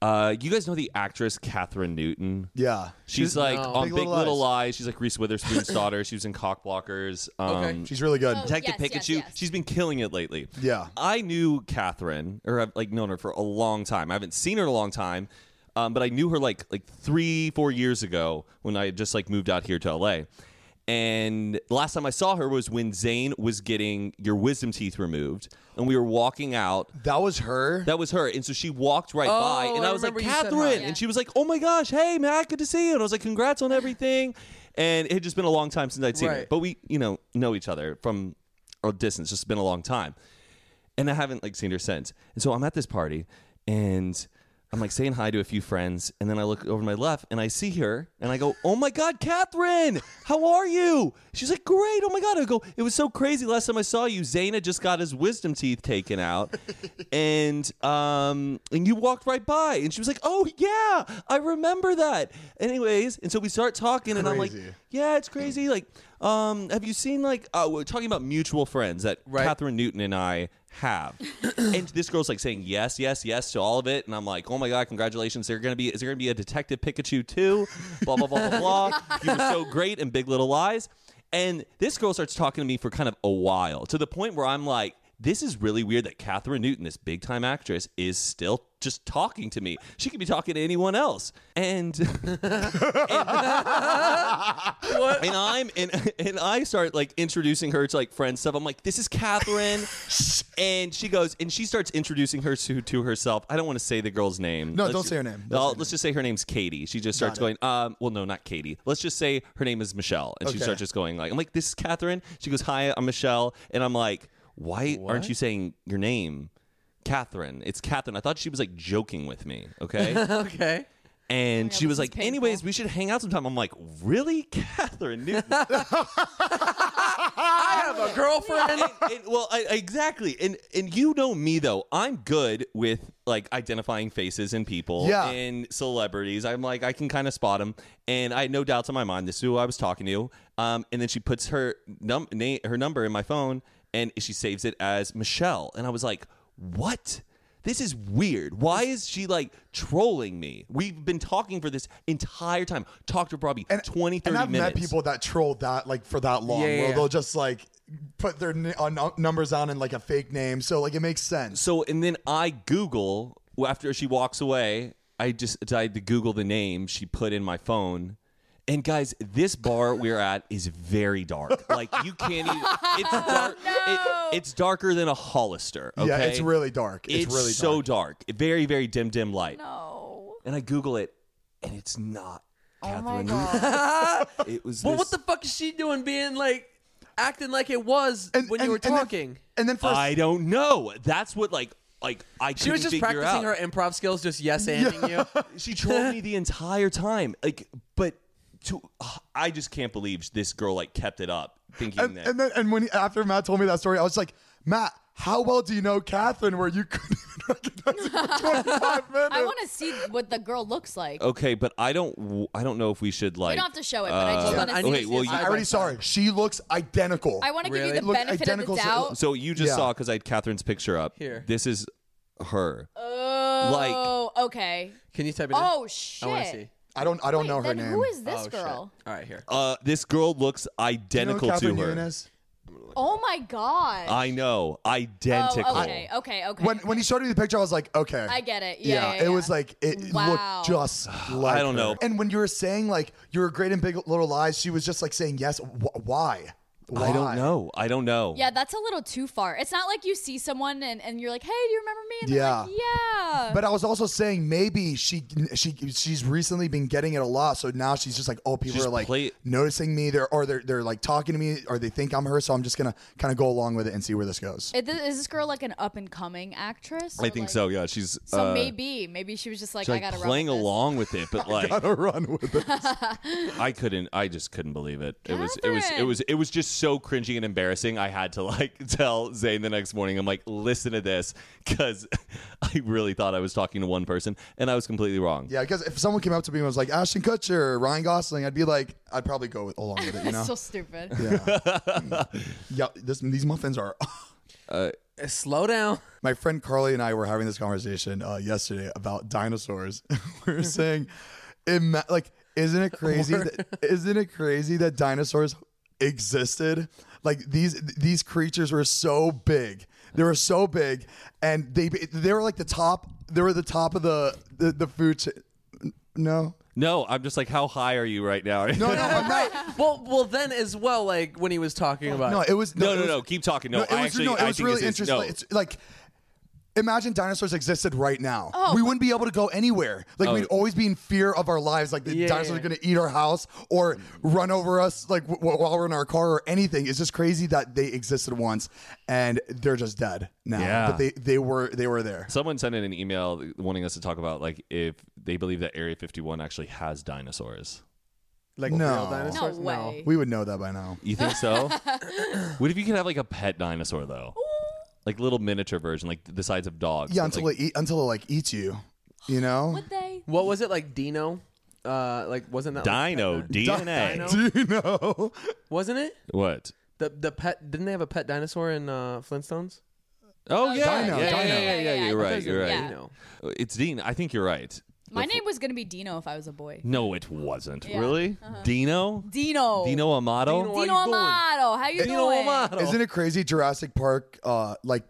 uh, you guys know the actress Catherine Newton. Yeah, She's like on Big Big, Little Little, Lies. She's like [LAUGHS] Reese Witherspoon's daughter. She was in Cockblockers. Um, Okay. she's really good. Oh, Detective yes, yes, Pikachu. yes. She's been killing it lately. Yeah. I knew Catherine, or I've like known her for a long time. I haven't seen her in a long time, um, but I knew her like like three, four years ago when I had just like moved out here to LA. And the last time I saw her was when Zayn was getting your wisdom teeth removed, and we were walking out. That was her. That was her, and so she walked right by, and Oh, I I, was like, remember you said Catherine, hi. Yeah. and she was like, Oh my gosh, hey Matt, good to see you, and I was like, Congrats on everything, and it had just been a long time since I'd seen her, Right. but we, you know, know each other from a distance, just been a long time, and I haven't like seen her since, and so I'm at this party, and I'm like saying hi to a few friends, and then I look over to my left and I see her, and I go, Oh my God, Catherine, how are you? She's like, Great, oh my God. I go, It was so crazy last time I saw you. Zayn just got his wisdom teeth taken out, and um, and you walked right by, and she was like, Oh yeah, I remember that. Anyways, and so we start talking, and I'm like, Crazy. Yeah, it's crazy. Like, um, have you seen like uh, we're talking about mutual friends that Right. Catherine Newton and I have. and this girl's like saying yes, yes, yes to all of it, and I'm like, oh my god, congratulations! They're gonna be is there gonna be a Detective Pikachu too? Blah blah blah blah blah. you were so great in Big Little Lies. And this girl starts talking to me for kind of a while to the point where I'm like, this is really weird that Catherine Newton, this big time actress, is still just talking to me. She could be talking to anyone else. And [LAUGHS] What? and I'm and [LAUGHS] and I start like introducing her to like friends stuff. I'm like, this is [LAUGHS] Catherine, and she goes and she starts introducing her to to herself. I don't want to say the girl's name. No, don't say her name. Don't I'll- say her let's just say her name's Katie. She just starts Got going, um, well, no, not Katie. Let's just say her name is Michelle, and she Okay. starts just going like, I'm like, this is Catherine. She goes, hi, I'm Michelle, and I'm like, why aren't you saying your name? Catherine, it's Catherine. I thought she was like joking with me. Okay, [LAUGHS] okay. and Yeah, she was this is like, painful. anyways, we should hang out sometime. I'm like, really? Catherine Newton? I have a girlfriend. And- and- well, I, I- exactly. And and you know me, though. I'm good with like identifying faces and people Yeah. and celebrities. I'm like, I can kind of spot them. And I had no doubts in my mind. This is who I was talking to. Um, and then she puts her, num- na- her number in my phone and she saves it as Michelle. And I was like, what? This is weird. Why is she like trolling me? We've been talking for this entire time. Talked to Robbie and, 20, 30 and I've minutes. met people that troll that like for that long, Yeah, yeah, where yeah. they'll just like put their n- uh, num- numbers on and like a fake name, so like it makes sense. So and then I Google well, after she walks away. I just decided to Google the name she put in my phone. And guys, this bar we're at is very dark. Like you can't even. It's dark. it- it's darker than a Hollister. Okay? Yeah, it's really dark. It's, It's, really so dark. dark. Very, very dim, dim light. No. And I Google it, and it's not. Oh my Catherine. god. It was. well, this- what the fuck is she doing? Being like, acting like it was And- when and- you were and then- talking. And then, first, I don't know. That's what like like I. she was just practicing out. her improv skills, just [LAUGHS] yes anding you. She trolled me the entire time. Like, but to ugh, I just can't believe this girl like kept it up, thinking and, that. and then and when he, after Matt told me that story, I was like, Matt, how well do you know Catherine? Where you [LAUGHS] couldn't even recognize her for 25 minutes. [LAUGHS] I want to see what the girl looks like. Oh, okay, but I don't. w- I don't know if we should like. You don't have to show it, but I just uh, want to I see. need okay, to well, see you, it. I already saw her. She looks identical. I want to give Really? you the Look benefit of identical the to- doubt. so you just Yeah. saw because I had Catherine's picture up. Here. this is her. oh, okay. Can you type it in? Oh shit. I want to see. I don't. I don't Wait, know her then name. who is this oh, girl? Shit. All right, here. Uh, this girl looks You know identical Catherine to her. Newton is? Oh my god. I know, identical. Oh, okay, okay, okay. When when he showed me the picture, I was like, okay. I get it. Yeah, yeah, it was yeah. like it Wow. looked just like. [SIGHS] I don't her. know. And when you were saying like you were great in Big Little Lies, she was just like saying yes. Wh- why? Why? I don't know. I don't know. Yeah, that's a little too far. It's not like you see someone and, and you're like, hey, do you remember me? And they're Yeah. like, yeah. But I was also saying maybe she she she's recently been getting it a lot, so now she's just like, oh, people Just are like play- noticing me, they're or they're they're like talking to me, or they think I'm her, so I'm just gonna kind of go along with it and see where this [LAUGHS] goes. Is this, is this girl like an up and coming actress? I Or, think like- so. Yeah, she's So uh, maybe, maybe she was just like, she's, I like gotta playing run with this. along with it, [LAUGHS] but like Gotta run with [LAUGHS] it. I couldn't. I just couldn't believe it. It was. It was. It Catherine! was. It was just so cringy and embarrassing. I had to like [LAUGHS] tell Zane the next morning. I'm like, listen to this, because [LAUGHS] I really thought I was talking to one person, and I was completely wrong. Yeah, because if someone came up to me and was like Ashton Kutcher, Ryan Gosling, I'd be like, I'd probably go with, along with it, you know? That's [LAUGHS] so stupid. yeah, this, these muffins are. [LAUGHS] Uh, Slow down. My friend Carly and I were having this conversation uh, yesterday about dinosaurs. [LAUGHS] we were saying, ima- like, isn't it crazy? That, isn't it crazy that dinosaurs existed? Like these these creatures were so big. They were so big, and they they were like the top. They were the top of the the, the food. Cha- no, No, I'm just like, how high are you right now? [LAUGHS] no, no, I'm not. Well, well, then as well, like when he was talking about. No, it was no, it no, was- no, Keep talking. No, it I was, actually. no, it I was think really this is- interesting. no. It's like, imagine dinosaurs existed right now. We wouldn't be able to go anywhere. Like, we'd Oh. always be in fear of our lives. Like, the Yeah, dinosaurs yeah. are going to eat our house or run over us, like, w- w- while we're in our car or anything. It's just crazy that they existed once and they're just dead now. Yeah. But they, they were they were there. Someone sent in an email wanting us to talk about like if they believe that Area 51 actually has dinosaurs. like No. real dinosaurs. No way. We would know that by now. You think so? what if you could have like a pet dinosaur though? Like little miniature version, like the size of dogs. Yeah, but, until like, it eat, until it like eats you. You know, Would they? What was it like, Dino? Uh, like wasn't that like, Oh, [LAUGHS] Dino that- DNA. Dino? [LAUGHS] do you know? Wasn't it What? the the pet? Didn't they have a pet dinosaur in uh, Flintstones? Oh yeah, Dino, yeah, yeah, Dino. yeah, yeah, yeah, Yeah, You're yeah, right. You're right. yeah. Dino. It's Dean. I think you're right. My name was gonna be Dino if I was a boy. No, it wasn't. Yeah. Really? Dino? Dino. Dino Amato? Dino- How Dino you doing? Amato. How you Dino doing? Amato. Isn't it crazy? Jurassic Park, uh, like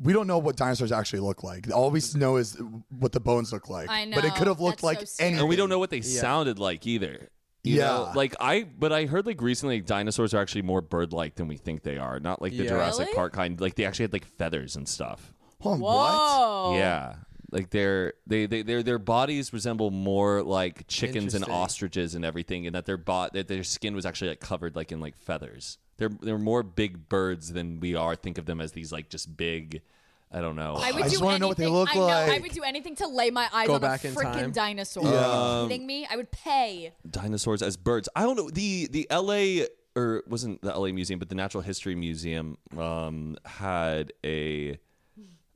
we don't know what dinosaurs actually look like. All we know is what the bones look like. I but it know. could have looked That's so like scary. anything. and we don't know what they sounded like either. You Yeah. know? like I, but I heard like recently dinosaurs are actually more bird-like than we think they are. Not like the Yeah. Jurassic Really? Park kind. Like they actually had like feathers and stuff. Hold on, what? Whoa. Yeah, like their they they their their bodies resemble more like chickens and Interesting. ostriches and everything, and that their bot that their skin was actually like covered like in like feathers. They're they're more big birds than we are. Think of them as these like just big. I don't know. I would I just do wanna anything. know what they look I know. I like. would do anything to lay my eyes Go on a back in time. freaking dinosaur. Are you kidding me? I would pay. dinosaurs as birds. I don't know the the L.A. or wasn't the L.A. Museum, but the Natural History Museum um, had a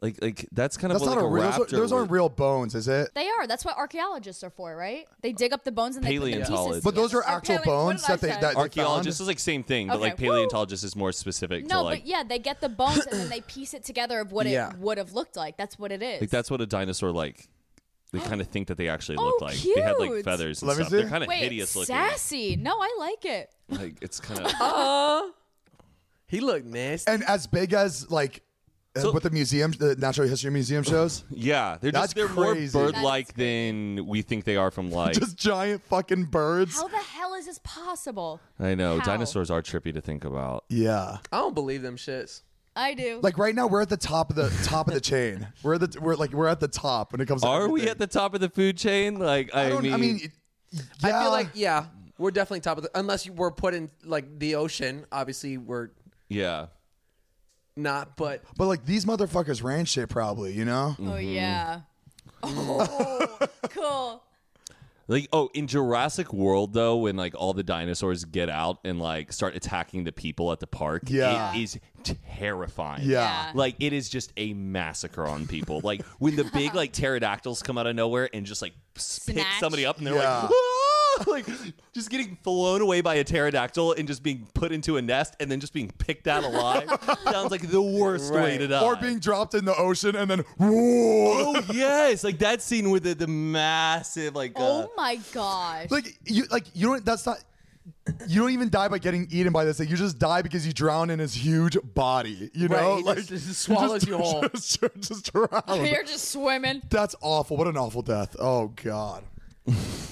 like like that's kind of That's what, not like a real. Those, raptor. those aren't would- real bones, is it? They are. That's what archaeologists are for, right? They dig up the bones and they put the pieces. Paleontologists. But those are together. Or actual paleo- what bones did I that they say? that Archaeologists They is like same thing, but Okay, like woo. paleontologist is more specific No, to like but yeah, they get the bones and then they piece it together of what Yeah. it would have looked like. That's what it is. Like that's what a dinosaur like. They kind of think that they actually Oh, look like. They had like cute. feathers and Let me stuff. see. They're kind of Wait, hideous looking. sassy. No, I like it. Like it's kind [LAUGHS] of Oh. He looked nasty. found. and as big as like uh, So- what the museum, the Natural History Museum [LAUGHS] shows, yeah. They're That's just they're crazy. more bird-like than we think they [LAUGHS] are from life. just giant fucking birds. How the hell is this possible? I know How? dinosaurs are trippy to think about. yeah. I don't believe them shits. I do. Like right now, we're at the top of the top of the chain. We're at the we're like we're at the top when it comes. to Are we everything. at the top of the food chain? Like I, I, don't, mean, I mean, it- yeah. I feel like yeah, we're definitely top of the unless you were put in like the ocean. Obviously, we're yeah. not, but But like these motherfuckers ran shit probably, you know? Mm. oh Mm-hmm. [LAUGHS] yeah. Oh, cool. Like oh, in Jurassic World though, when like all the dinosaurs get out and like start attacking the people at the park, Yeah. it is terrifying. Yeah. Yeah. [LAUGHS] Like it is just a massacre on people. Like when the big like pterodactyls come out of nowhere and just like s- pick Snatch. somebody up and they're Yeah. like, "Ah!" [LAUGHS] like just getting flown away by a pterodactyl and just being put into a nest and then just being picked [LAUGHS] out alive sounds like the worst way Right. to die. Or being dropped in the ocean and then [LAUGHS] [LAUGHS] oh yes, like that scene with the, the massive like uh, Oh my gosh. [LAUGHS] like you like you don't that's not you don't even die by getting eaten by this thing. You just die because you drown in his huge body. You Right, know, he like just- just swallows you whole. [LAUGHS] Just, just drown. You're just swimming. That's awful. What an awful death. Oh god.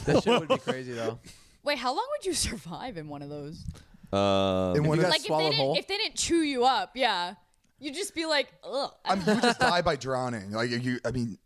that shit would be crazy though. Wait, how long would you survive in one of those? Um, In one you got of- Like if they swallowed whole. didn't if they didn't chew you up, yeah, you'd just be like, ugh. I mean, you just die by drowning. Like you, I mean,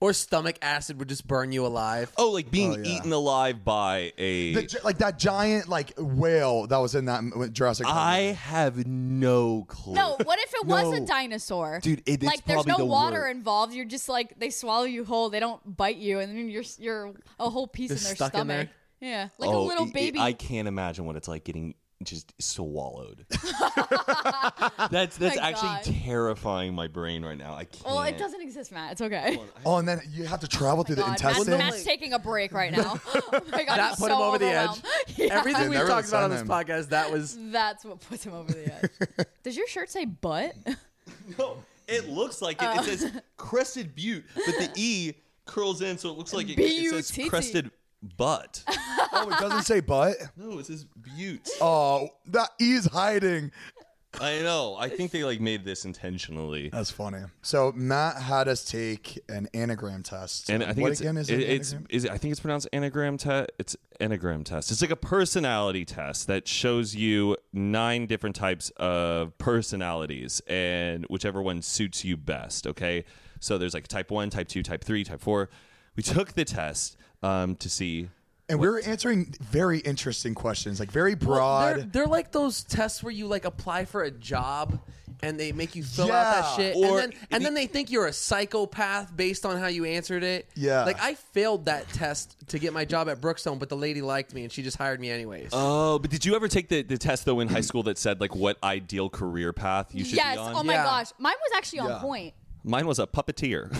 or stomach acid would just burn you alive. oh, like being Oh, yeah. eaten alive by a. the, gi- like that giant like whale that was in that m- Jurassic. Park I movie. have no clue. No, what if it was a No. dinosaur? Dude, it- it's like there's probably no the water wor- involved. You're just like they swallow you whole. They don't bite you, and then you're you're a whole piece Just in their stuck in there? stomach. Yeah, like a Oh, little it- it- baby. I can't imagine what it's like getting just [LAUGHS] swallowed. that's that's My actually God. terrifying my brain right now. I can't. well, it doesn't exist, Matt. It's okay. Oh, and then you have to travel through the God, Matt's, intestines. Matt's taking a break right [LAUGHS] now. [LAUGHS] oh my God, that he's put so him over the edge. overwhelmed. [LAUGHS] Yeah. Everything Dude, we that talked would've about on this sent podcast, that was That's what puts him over the [LAUGHS] edge. Does your shirt say butt? No, it looks like it. It Uh. [LAUGHS] says crested butte, but the E curls in, so it looks like it, it says B-U-T-T. crested butt. [LAUGHS] Oh, it doesn't say butt. No, it says butte. Oh, that E is hiding. I know. I think they like made this intentionally. That's funny. So Matt had us take an anagram test. And I think what it's, again is it- an it's anagram? is it- I think it's pronounced anagram test. It's anagram test. It's like a personality test that shows you nine different types of personalities and whichever one suits you best. Okay, so there's like type one, type two, type three, type four. We took the test um, to see. and we were answering very interesting questions, like very Well, broad. They're, they're like those tests where you like apply for a job and they make you fill out that Yeah. shit, Or and then and then they think you're a psychopath based on how you answered it. Yeah. like I failed that test to get my job at Brookstone, but the lady liked me and she just hired me anyways. Oh, but did you ever take the, the test though in high school that said like what ideal career path you should yes. be on? Oh my Yeah. gosh, mine was actually on Yeah. point. Mine was a puppeteer.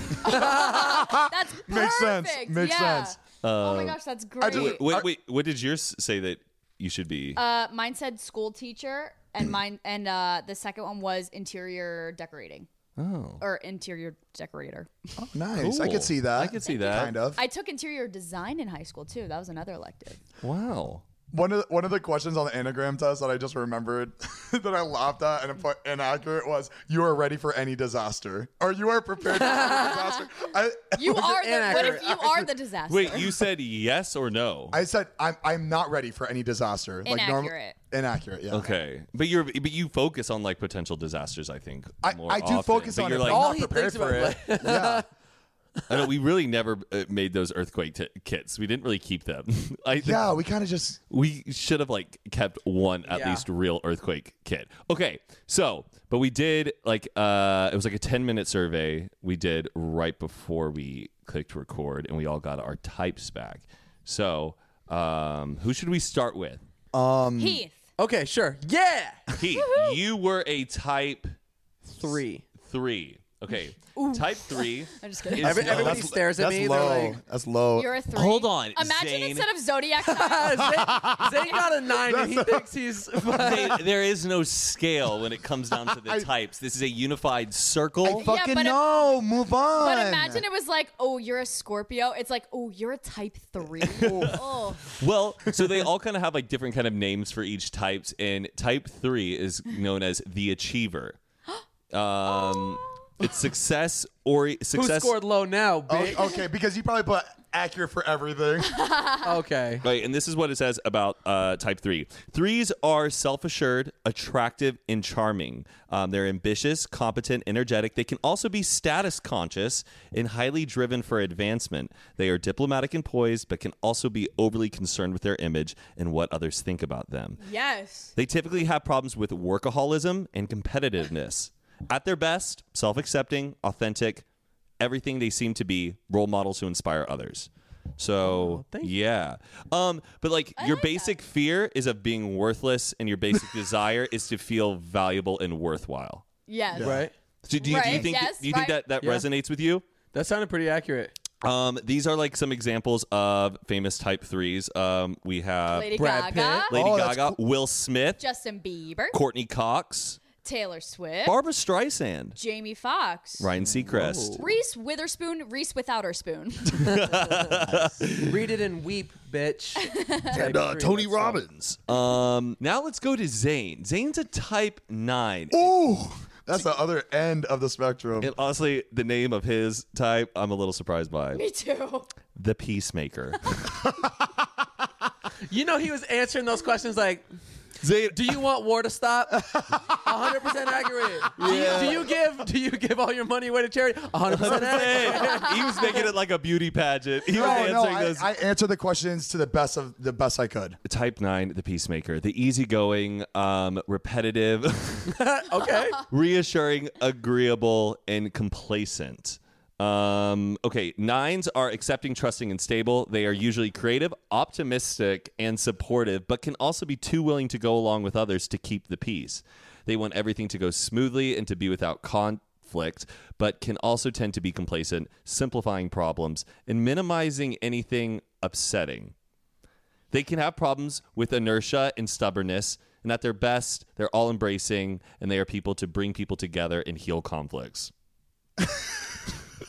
That's perfect. Makes sense. Makes yeah. sense. Uh, oh my gosh, that's great. just- wait, wait, wait, what did yours say that you should be? Uh, mine said school teacher, Mm. and mine and uh, the second one was interior decorating. Oh. Or interior decorator. Oh, nice. I Cool. could see that. I could see that. Kind of. I took interior design in high school too. That was another elective. wow. One of the, one of the questions on the anagram test that I just remembered [LAUGHS] that I laughed at and put inaccurate was you are ready for any disaster or you are prepared for any disaster. I [LAUGHS] You are the, what inaccurate? if you are the disaster? [LAUGHS] Wait, you said yes or no? [LAUGHS] I said I'm I'm not ready for any disaster. Inaccurate. inaccurate. Yeah. okay, but you're but you focus on like potential disasters. I think I- more I do often. focus But on you're it, Like, but All not he prepared thinks about. [LAUGHS] it. Yeah. I know, we really never uh, made those earthquake t- kits. We didn't really keep them. [LAUGHS] I think Yeah. We kind of just we should have like kept one at Yeah. least real earthquake kit. Okay, so but we did like uh it was like a ten minute survey we did right before we clicked record, and we all got our types back. So um who should we start [LAUGHS] with? um, Heath. okay, sure, yeah, Pete, you were a type [LAUGHS] three. three. Okay, type three. [LAUGHS] I'm just kidding. is Every, low. everybody stares at that's me. low. They're like, that's low. You're a three. Hold on, Imagine Zane. instead of [LAUGHS] zodiac sign. "Ah, Zane, Zane got a nine, and he thinks he's. They- [LAUGHS] there is no scale when it comes down to the types. This is a unified circle. I fucking but im- know. Move on. But imagine it was like, oh, you're a Scorpio. It's like, oh, you're a type [LAUGHS] three. [LAUGHS] oh, Well, so they all kind of have like different kind of names for each types, and type three is known as [GASPS] the achiever. Um, it's success or Who [LAUGHS] success. scored low now, Oh, bitch? [LAUGHS] okay, because you probably put accurate for everything. okay. Right, and this is what it says about uh, type three. Threes are self assured, attractive, and charming. Um, they're ambitious, competent, energetic. They can also be status conscious and highly driven for advancement. They are diplomatic and poised, but can also be overly concerned with their image and what others think about them. yes. They typically have problems with workaholism and competitiveness. At their best, self accepting, authentic, everything they seem to be, role models who inspire others. Oh, So, yeah. Um, but like your basic fear is of being worthless, and [LAUGHS] your basic desire is to feel valuable and worthwhile. Yes. Right. So, do you, do you Right, think, yes, do you right. think that, that Yeah. resonates with you? That sounded pretty accurate. Um, these are like some examples of famous type threes. Um, we have Lady Brad Gaga, Pitt. Lady Oh, that's Gaga, Will Smith, Justin Bieber, Courtney Cox, Taylor Swift, Barbara Streisand. Jamie Foxx, Ryan Seacrest. Reese Witherspoon, Reese without her spoon. Read it and weep, bitch. Like, uh, three, that's all. Robbins. Um, now let's go to Zane. Zane's a type nine. Ooh, that's the other end of the spectrum. And honestly, the name of his type, I'm a little surprised by. Me too. [LAUGHS] The Peacemaker. You know, he was answering those questions like, Zayn, Do you want war to [LAUGHS] stop? 100 percent accurate. Do, Yeah. you, do you give? Do you give all your money away to charity? 100 percent accurate. Hey, he was making it like a beauty pageant. He was No, no, answering I, those. I answered the questions to the best of the best I could. Type nine, the peacemaker, the easygoing, um, repetitive, [LAUGHS] okay. reassuring, agreeable, and complacent. Um, okay, nines are accepting, trusting, and stable. They are usually creative, optimistic, and supportive, but can also be too willing to go along with others to keep the peace. They want everything to go smoothly and to be without conflict, but can also tend to be complacent, simplifying problems, and minimizing anything upsetting. They can have problems with inertia and stubbornness, and at their best, they're all embracing and they are people to bring people together and heal conflicts.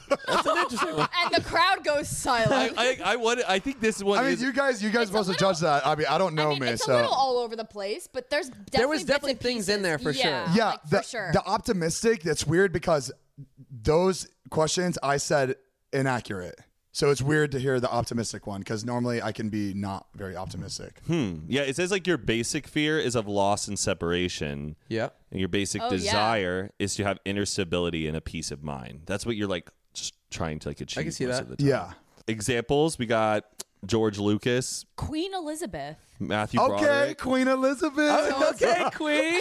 and the crowd goes [LAUGHS] silent. I, I, I wanted, I think this one I mean, is. you guys, you guys It's a supposed to little- judge that. I mean, I don't know, I mean, man. it's so a little all over the place, but there's definitely was bits and definitely things in pieces. there for sure. yeah, yeah, like, the, for sure. the optimistic. That's weird because those questions I said inaccurate. So it's weird to hear the optimistic one because normally I can be not very optimistic. Hmm. yeah, it says like your basic fear is of loss and separation. Yeah. And your basic Oh, yeah. desire is to have inner stability and a peace of mind. That's what you're like just trying to like achieve see most that. of the time. Yeah. Examples, we got George Lucas, [LAUGHS] Queen Elizabeth. [LAUGHS] Matthew Okay, Broderick. Queen Elizabeth. [LAUGHS] Okay, [LAUGHS] Queen.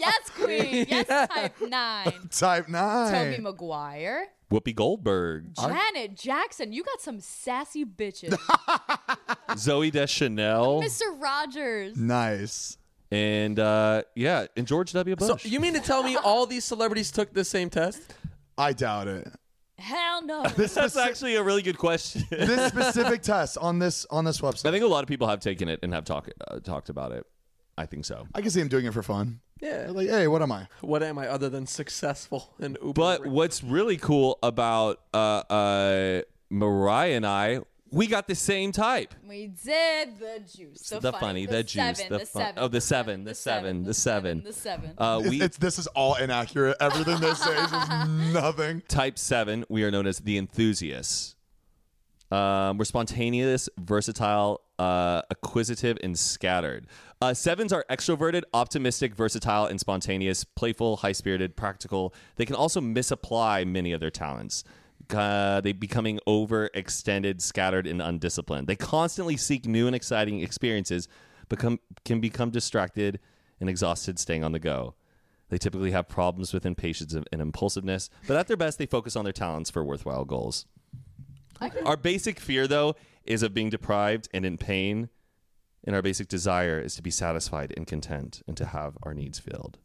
yes, [LAUGHS] Queen. Yes, type nine. Type Toby nine. Maguire. Whoopi Goldberg, Janet Jackson. You got some sassy [LAUGHS] bitches. Oh. Zoe Deschanel, Mr. Rogers. Nice. and uh, yeah, and George W. So Bush. you mean to tell me all these celebrities took the same test? I doubt it. Hell [LAUGHS] no. That's actually a really good [LAUGHS] question. I This specific test on this on this website. I, think a lot of people have taken it and have talked uh, talked about it. I think so. can see him doing it for fun. Yeah. Like, hey, what am I? What am I other than successful and Uber? But rich? what's really cool about uh, uh, Mariah and I, we got the same type. We did the juice. The, The funny, the juice, seven, the the fun- seven. oh, the seven, the seven, the seven. The seven. [LAUGHS] Uh, It's- we it's this is all inaccurate. Everything this says is [LAUGHS] nothing. type seven. We are known as the enthusiasts. Um, we're spontaneous, versatile, uh, acquisitive, and scattered. Uh, sevens are extroverted, optimistic, versatile, and spontaneous, playful, high spirited, practical. They can also misapply many of their talents. Uh, they becoming overextended, scattered, and undisciplined. They constantly seek new and exciting experiences, become can become distracted and exhausted, staying on the go. They typically have problems with impatience and impulsiveness, but at their best, they focus on their talents for worthwhile goals. Our basic fear, though, is of being deprived and in pain, and our basic desire is to be satisfied and content and to have our needs filled.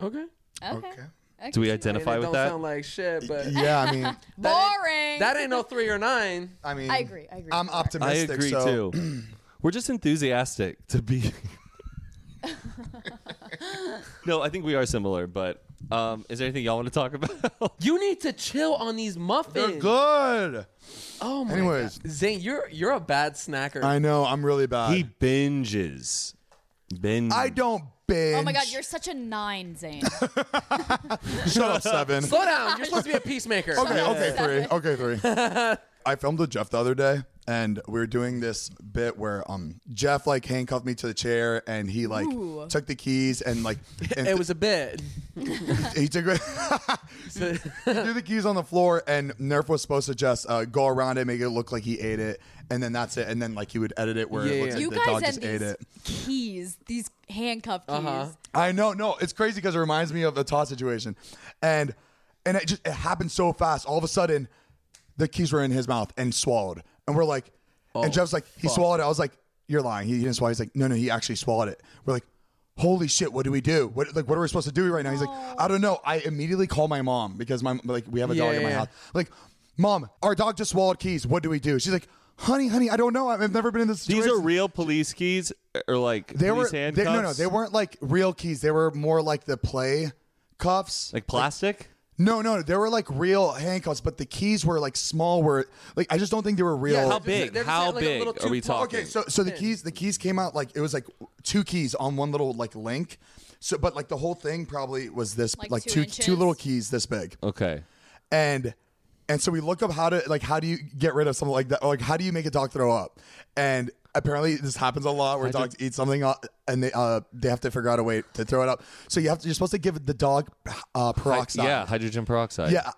okay. okay. okay. Do we And it identify with don't that? sound like shit, but Yeah, I mean, Boring. that ain't no three or nine. I mean, I agree, I agree. I'm I optimistic. agree so [CLEARS THROAT] too. We're just enthusiastic to be. no, I think we are similar, but um, is there anything y'all want to talk about? You need to chill on these muffins. They're good. Oh my Anyways. God. Zane, you're you're a bad snacker. I know. I'm really bad. [LAUGHS] he binges. Binge. I don't binge. Oh my god, you're such a nine, Zane. [LAUGHS] shut up, seven. [LAUGHS] Slow down. You're supposed to be a peacemaker. Okay, okay, three. Okay, three. I filmed with Jeff the other day, and we were doing this bit where um Jeff like handcuffed me to the chair, and he like took the keys and [LAUGHS] like and It was a [LAUGHS] bit. he took he [LAUGHS] threw the keys on the floor, and Nerf was supposed to just uh, go around it, make it look like he ate it, and then that's it, and then like he would edit it where Yeah, it looks yeah. you like the dog guys and just ate these it. keys, these handcuff keys. Uh-huh. I know, no, it's crazy because it reminds me of the Todd situation, and and it just it happened so fast. All of a sudden, the keys were in his mouth and swallowed, and we're like, Oh, and Jeff's like, he swallowed it. I was like, you're lying. He didn't swallow. He's like, no, no, he actually swallowed it. We're like. Holy shit! What do we do? What like what are we supposed to do right now? He's like, I don't know. I immediately call my mom because my like we have a dog in my Yeah. house. Like, mom, our dog just swallowed keys. What do we do? She's like, honey, honey, I don't know. I've never been in this. These situation. are real police keys, or like They were police they, handcuffs. no, no. They weren't like real keys. They were more like the play cuffs. like plastic. no, no, they were like real handcuffs, but the keys were like small. Were like I just don't think they were real. How They're- big? they're just How like a big little are we too small. talking? okay, so so the keys the keys came out like it was like two keys on one little like link. So, but like the whole thing probably was this like, Like two two two inches? little keys this big. okay. and and so we looked up how to like how do you get rid of something like that like how do you make a dog throw up and apparently this happens a lot where dogs eat something uh, and they uh they have to figure out a way to throw it up. So you have to you're supposed to give the dog uh peroxide. Yeah, hydrogen peroxide. Yeah.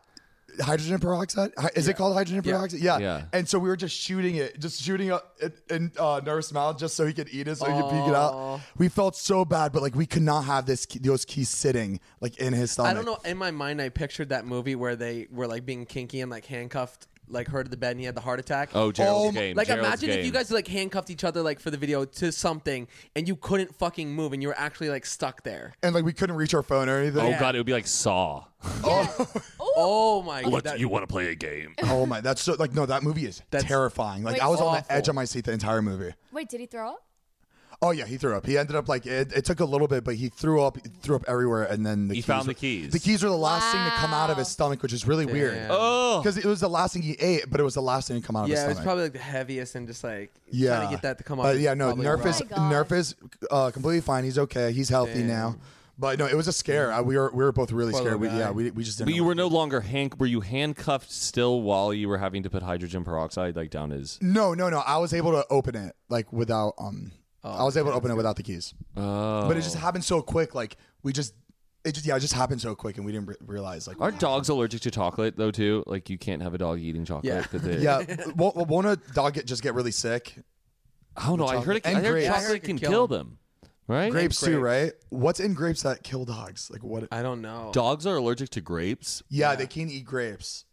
Hydrogen peroxide? Hy- Is it called hydrogen peroxide? Yeah. Yeah. And so we were just shooting it, just shooting up in, in uh, Nerf's mouth just so he could eat it, so he could peek it out. We felt so bad, but like we could not have this key, those keys sitting like in his stomach. I don't know. In my mind, I pictured that movie where they were like being kinky and like handcuffed, like her to the bed, and he had the heart attack. Oh, Gerald's Oh my- game. Like Gerald's imagine if you game. guys like handcuffed each other like for the video to something and you couldn't fucking move and you were actually like stuck there. And like we couldn't reach our phone or anything. Oh Yeah. god, it would be like Saw. Oh my god. [LAUGHS] What that- you want to play a game? Oh my, that's so like no, that movie is That's terrifying. Like Wait, I was on the awful. edge of my seat the entire movie. Wait, did he throw up? Oh yeah, he threw up. He ended up like it, it took a little bit, but he threw up, threw up everywhere, and then the He keys found were- the keys. The keys were the last thing to come out of his Wow. stomach, which is really weird. Damn. [LAUGHS] Oh, Because it was the last thing he ate, but it was the last thing to come out of his yeah, it stomach. was probably like the heaviest and just like yeah, trying to get that to come off. But yeah, no, probably Nerf rough. is Oh my God. Nerf is uh, completely fine. He's okay. He's healthy now. But no, it was a scare. I, we were we were both really Poor scared. We, little yeah, guy. we, we just didn't. But know you what- were no longer hand. Were you handcuffed still while you were having to put hydrogen peroxide like down his? no, no, no. I was able to open it like without um. Oh, I was able to open it without the keys. Oh. But it just happened so quick. Like we just, it just yeah, it just happened so quick, and we didn't re- realize like Aren't dogs allergic to chocolate though too? Like you can't have a dog eating chocolate. Yeah. 'cause they- [LAUGHS] Yeah, won't, won't a dog get, just get really sick? I don't know. I heard it. I And heard grapes. Yeah, I heard chocolate it can could kill kill them. Right. Grapes too, grapes. right? What's in grapes that kill dogs? Like what? I don't know. Dogs are allergic to grapes. yeah, they can't eat grapes.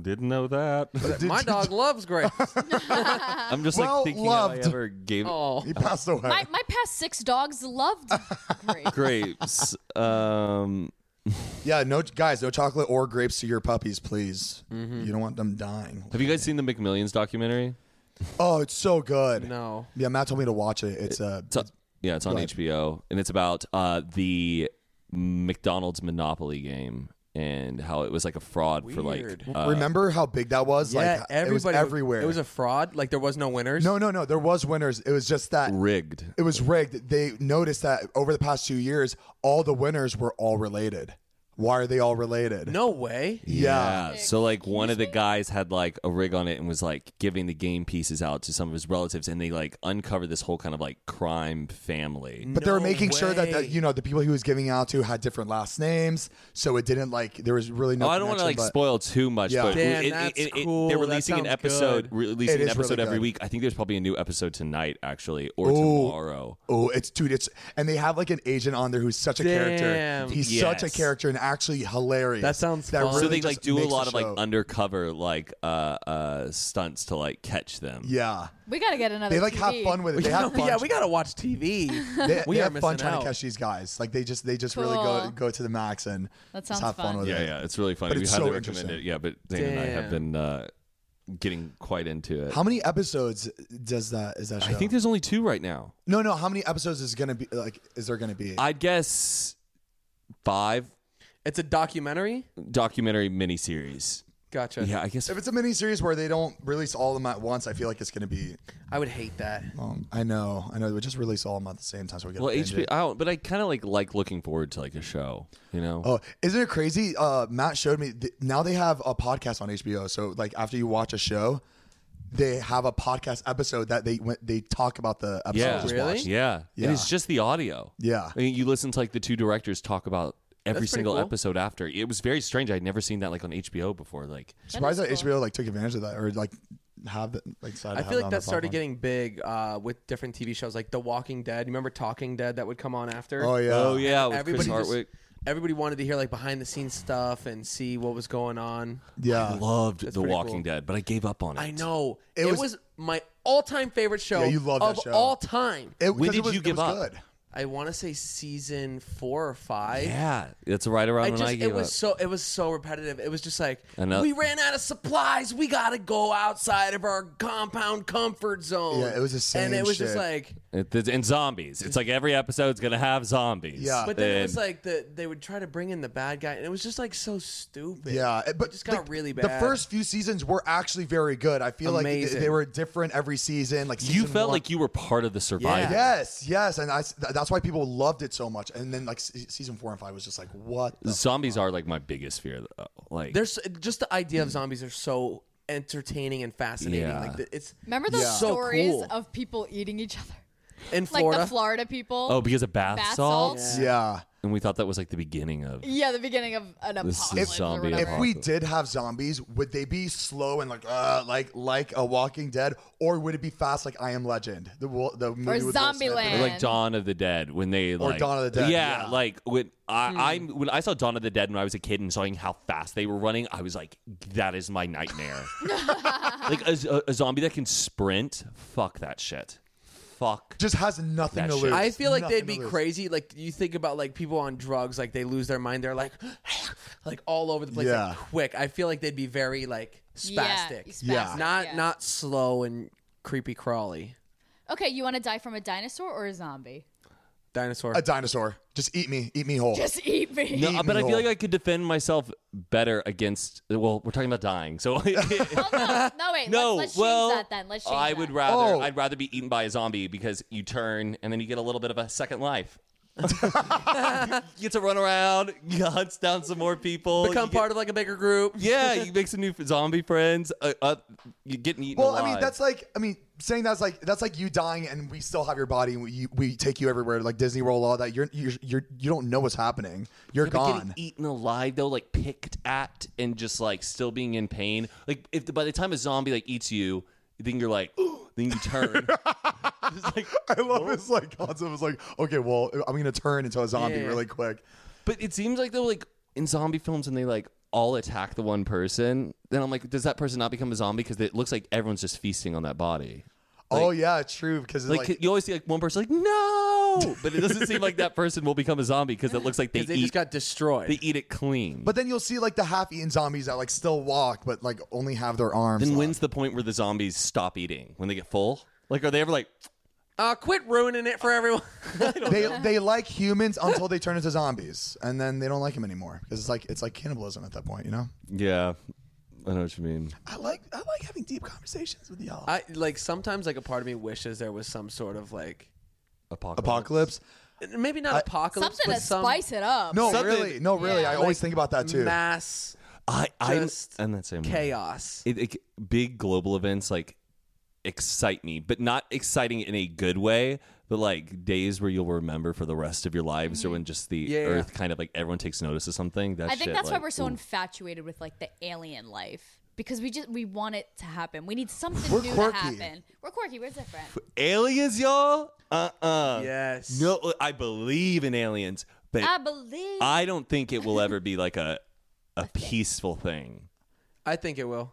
Didn't know that. My [LAUGHS] dog loves grapes. [LAUGHS] I'm just Well like thinking how I loved. ever gave Oh. He passed away. My, my past six dogs loved [LAUGHS] grape. grapes. Um. yeah, no guys, no chocolate or grapes to your puppies, please. Mm-hmm. You don't want them dying. Have you guys seen the McMillions documentary? Oh, it's so good. No. Yeah, Matt told me to watch it. It's uh, It's on- yeah, it's on HBO, and it's about uh, the McDonald's Monopoly game and how it was like a fraud for like uh, Weird. remember how big that was? uh, yeah, like everybody it was would- everywhere. It was a fraud. Like there was no winners. no, no, no. There was winners. It was just that rigged. it was rigged. They noticed that over the past two years, all the winners were all related. Why are they all related? No way. Yeah. So like one of the guys had like a rig on it and was like giving the game pieces out to some of his relatives, and they like uncovered this whole kind of like crime family. But they were No making sure that, that way. you know the people he was giving out to had different last names, so it didn't like there was really no. Oh, I don't want to like connection, but- spoil too much, Yeah. but Damn, it- it- that's it- it- cool. they're That releasing an sounds episode, good. releasing It an is really episode every good. week. I think there's probably a new episode tonight, actually, or tomorrow. Oh, it's dude, it's and they have like an agent on there who's such a Damn. character. He's such a Yes. character and actually hilarious. That sounds fun. so really they like just do a makes the lot of like show. undercover like uh uh stunts to like catch them. yeah, We gotta get another. they like have TV. fun with [LAUGHS] it. They have fun. yeah, we gotta watch TV. They, we they are have fun missing trying out. to catch these guys. Like they just they just really go Cool. go to the max and That just sounds have fun, fun. with Yeah, it. yeah, it's really funny. But we it's highly so recommend interesting. it. Yeah, but Zane and I have Damn. been uh, getting quite into it. How many episodes does that is that show? I think there's only two right now. no, no. How many episodes is gonna be like? Is there gonna be? I'd guess five It's a documentary. documentary miniseries. Gotcha. Yeah, I guess. if it's a mini series where they don't release all of them at once, I feel like it's gonna be. I would hate that. Um, I know, I know. We just release all of them at the same time, so we get. Well, HBO. I don't, but I kind of like like looking forward to like a show. You know. Oh, isn't it crazy? Uh, Matt showed me th- now they have a podcast on HBO. So like after you watch a show, they have a podcast episode that they went they talk about the episode. yeah. you just Really? watched. Yeah. Yeah. And it's just the audio. Yeah. I mean, you listen to like the two directors talk about every That's pretty single cool. episode after. It was very strange. I'd never seen that like on HBO before. Like. Surprised that That is cool. HBO like took advantage of that or like have the, like decided I to feel like have it on their that started platform. getting big uh, with different TV shows, like The Walking Dead. You remember Talking Dead that would come on after? Oh yeah. Oh yeah, with Chris everybody just- Hartwick. Everybody wanted to hear like behind the scenes stuff and see what was going on. I Yeah. loved The pretty Walking cool. Dead, but I gave up on it. I know It it, was- was, my all-time favorite show. Yeah, you love that of show. all time. It, 'cause did it was, you it give was up? Good. I want to say season four or five. Yeah, that's right around I when just I gave it was up. uh, so it was so repetitive. It was just like I know. we ran out of supplies. We got to go outside of our compound comfort zone. Yeah, it was the And same it was just shit. like It- it's- and zombies. It's like every episode's gonna have zombies. Yeah. But then it And- was like the they would try to bring in the bad guy, and it was just like so stupid. Yeah, it- but it just got the, really The bad. first few seasons were actually very good. I feel like they- they, Amazing. were different every season. Like you season felt one- like you were part of the survivor. Yes, yes, and I s th- that's why people loved it so much. And then like se- season four and five was just like what the Zombies are like my biggest fear. Though. Like there's just the idea of zombies are so entertaining and fascinating. Yeah. Like th- it's Remember those Yeah. So stories cool. of people eating each other? [LAUGHS] in Like Florida. the Florida people. Oh, because of bath, Bath salts? salts? Yeah. And we thought that was like the beginning of. yeah, the beginning of an This is apocalypse zombie or whatever. If we did have zombies, would they be slow and like uh, like like a Walking Dead, or would it be fast like I Am Legend, the wo- the movie with Will Smith? Zombieland. Like Dawn of the Dead when they like Dawn of the Dead, Yeah, yeah. like when I I'm, when I saw Dawn of the Dead when I was a kid and seeing how fast they were running, I was like, that is my nightmare. like a, a, a zombie that can sprint, fuck that shit. Fuck. Just has nothing That to shit. lose. There's I feel like Nothing they'd to be lose. crazy. Like you think about like people on drugs, like they lose their mind. They're like, [GASPS] like all over the place, Yeah. like quick. I feel like they'd be very like Yeah, spastic, Yeah. spastic, not yeah. not slow and creepy crawly Okay, you want to die from a dinosaur or a zombie? dinosaur. A dinosaur. Just eat me. Eat me whole. [LAUGHS] Just eat me. No, Eat but me I feel whole. like I could defend myself better against. Well, we're talking about [LAUGHS] dying, so [LAUGHS] Oh, no, no, wait. no. let's, let's well, change that then. Let's change I that. would rather. Oh. I'd rather be eaten by a zombie because you turn and then you get a little bit of a second life. [LAUGHS] you get to run around, [LAUGHS] you hunts down some more people, Become part of like a bigger group. [LAUGHS] yeah, you make some new f- zombie friends. Uh, uh, you getting eaten. Well, alive. I mean, that's like, I mean, saying that's like, that's like you dying, and we still have your body, and we, you, we take you everywhere, like Disney World, all that. You're, you're, you're, you don't know what's happening. You're But gone. Getting eaten alive though, like picked at, and just like still being in pain. Like if by the time a zombie like eats you, then you're like, [GASPS] then you [LAUGHS] turn. Just like- [LAUGHS] I love this like concept. It's like, okay, well, I'm gonna turn into a zombie Yeah. really quick. but it seems like though, like in zombie films, when they like all attack the one person, then I'm like, does that person not become a zombie? Because it looks like everyone's just feasting on that body. oh yeah, true. Because Like, like, you always see like one person like no, but it doesn't seem like that person will become a zombie because it looks like they, Because they eat just got destroyed. they eat it clean. but then you'll see like the half-eaten zombies that like still walk, but like only have their arms. Then left. when's the point where the zombies stop eating when they get full? Like, are they ever like, uh, quit ruining it for everyone. they they like humans until they turn into zombies, and then they don't like them anymore because it's like it's like cannibalism at that point, you know. yeah, I know what you mean. I like I like having deep conversations with y'all. I like sometimes like a part of me wishes there was some sort of like Apocalypse. Apocalypse. maybe not apocalypse, Something but to some spice it up. No, Something- really, no, really. Yeah. I always think about that too. mass I, I'm, Just I'm that same way. chaos. It, it- big global events like excite me, but not exciting in a good way. But like days where you'll remember for the rest of your lives, or when just the Mm-hmm. yeah. earth kind of like everyone takes notice of something. That I think shit, that's like, why we're so ooh. infatuated with like the alien life because we just we want it to happen. We need something We're new quirky. to happen. We're quirky. We're different. aliens, y'all. Uh uh Yes. No, I believe in aliens, but I believe. I don't think it will ever be like a [LAUGHS] a peaceful thing. I think it will.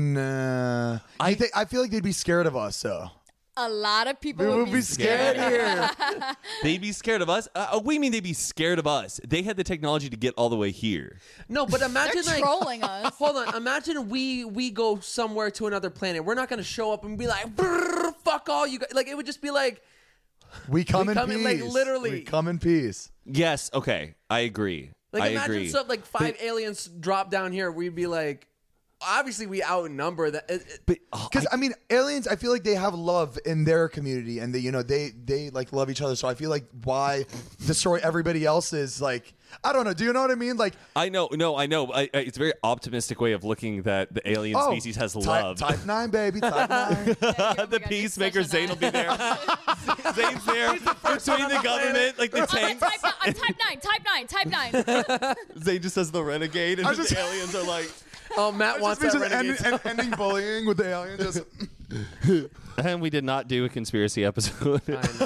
Nah, I think I feel like they'd be scared of us. So a lot of people we would would be scared here. [LAUGHS] They'd be scared of us. Uh, we mean they'd be scared of us. They had the technology to get all the way here. No, but imagine [LAUGHS] They're like [LAUGHS] trolling us. Hold on. Imagine we we go somewhere to another planet. We're not going to show up and be like, "Brrr, "Fuck all you guys." Like it would just be like, We come We in come peace. in, like, literally. we come in peace. Yes. Okay. I agree. like I imagine agree. some like five aliens drop down here. We'd be like, obviously we outnumber that. It, it- but oh, Because I, mean, aliens. I feel like they have love in their community, and they, you know, they they like love each other. So I feel like why destroy everybody else's? Like I don't know. Do you know what I mean? Like I know. No, I know. I, I, it's a very optimistic way of looking that the alien oh, species has type, love. [LAUGHS] Type nine, baby. [LAUGHS] Type nine. [LAUGHS] the peacemaker Zane will be there. [LAUGHS] Zane's there between the government, like the I'm, tanks. type, I'm type nine. Type nine. Type nine. [LAUGHS] Zane just says the renegade, and I then just- the aliens are like, oh, Matt wants that Just renegade. end- end- [LAUGHS] ending bullying with the alien. Just [LAUGHS] [LAUGHS] and we did not do a conspiracy episode or [LAUGHS]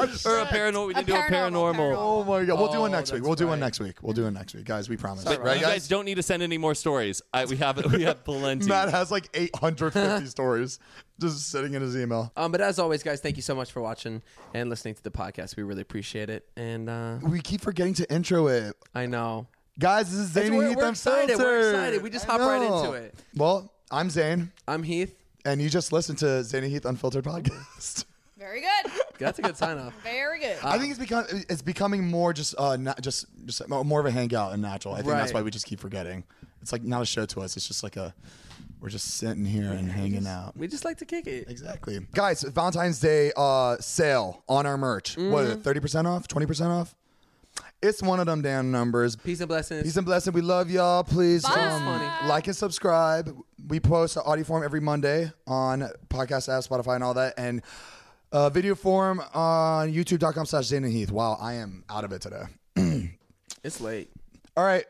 I know. a paranormal. We A didn't do a paranormal, paranormal. paranormal. oh my god. We'll do one Oh, next week. that's We'll do one right. next week. We'll do one next week, guys. We promise. all You guys don't need to send any more stories. I, we have we have plenty. Matt has like [LAUGHS] 850 stories just sitting in his email. Um, but as always, guys, thank you so much for watching and listening to the podcast. We really appreciate it. And uh, We keep forgetting to intro it. I know Guys, this is Zane It's- and we're- Heath we're on excited. Filter. We're excited. We just I hop right know. into it. Well, I'm Zane, I'm Heath. and you just listened to Zane and Heath [LAUGHS] Unfiltered podcast. Very good. That's a good sign off. Very good. I think it's become it's becoming more just uh not just just more of a hangout and natural. I think that's Right. why we just keep forgetting. It's like not a show to us. It's just like a we're just sitting here and hanging out. We just like to kick it. Exactly, guys. Valentine's Day uh sale on our merch. What is it? Thirty percent off? Twenty percent off? It's one of them damn numbers. Peace and blessings. Peace and blessings. We love y'all. Please Bye. um, like and subscribe. we post an audio form every Monday on podcast app, Spotify, and all that, and uh, video form on youtube.com slash Zane and Heath. Wow, I am out of it today. It's late. All right.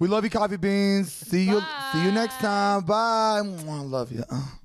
We love you, Coffee Beans. See you. See you next time. Bye. Mwah, Love you.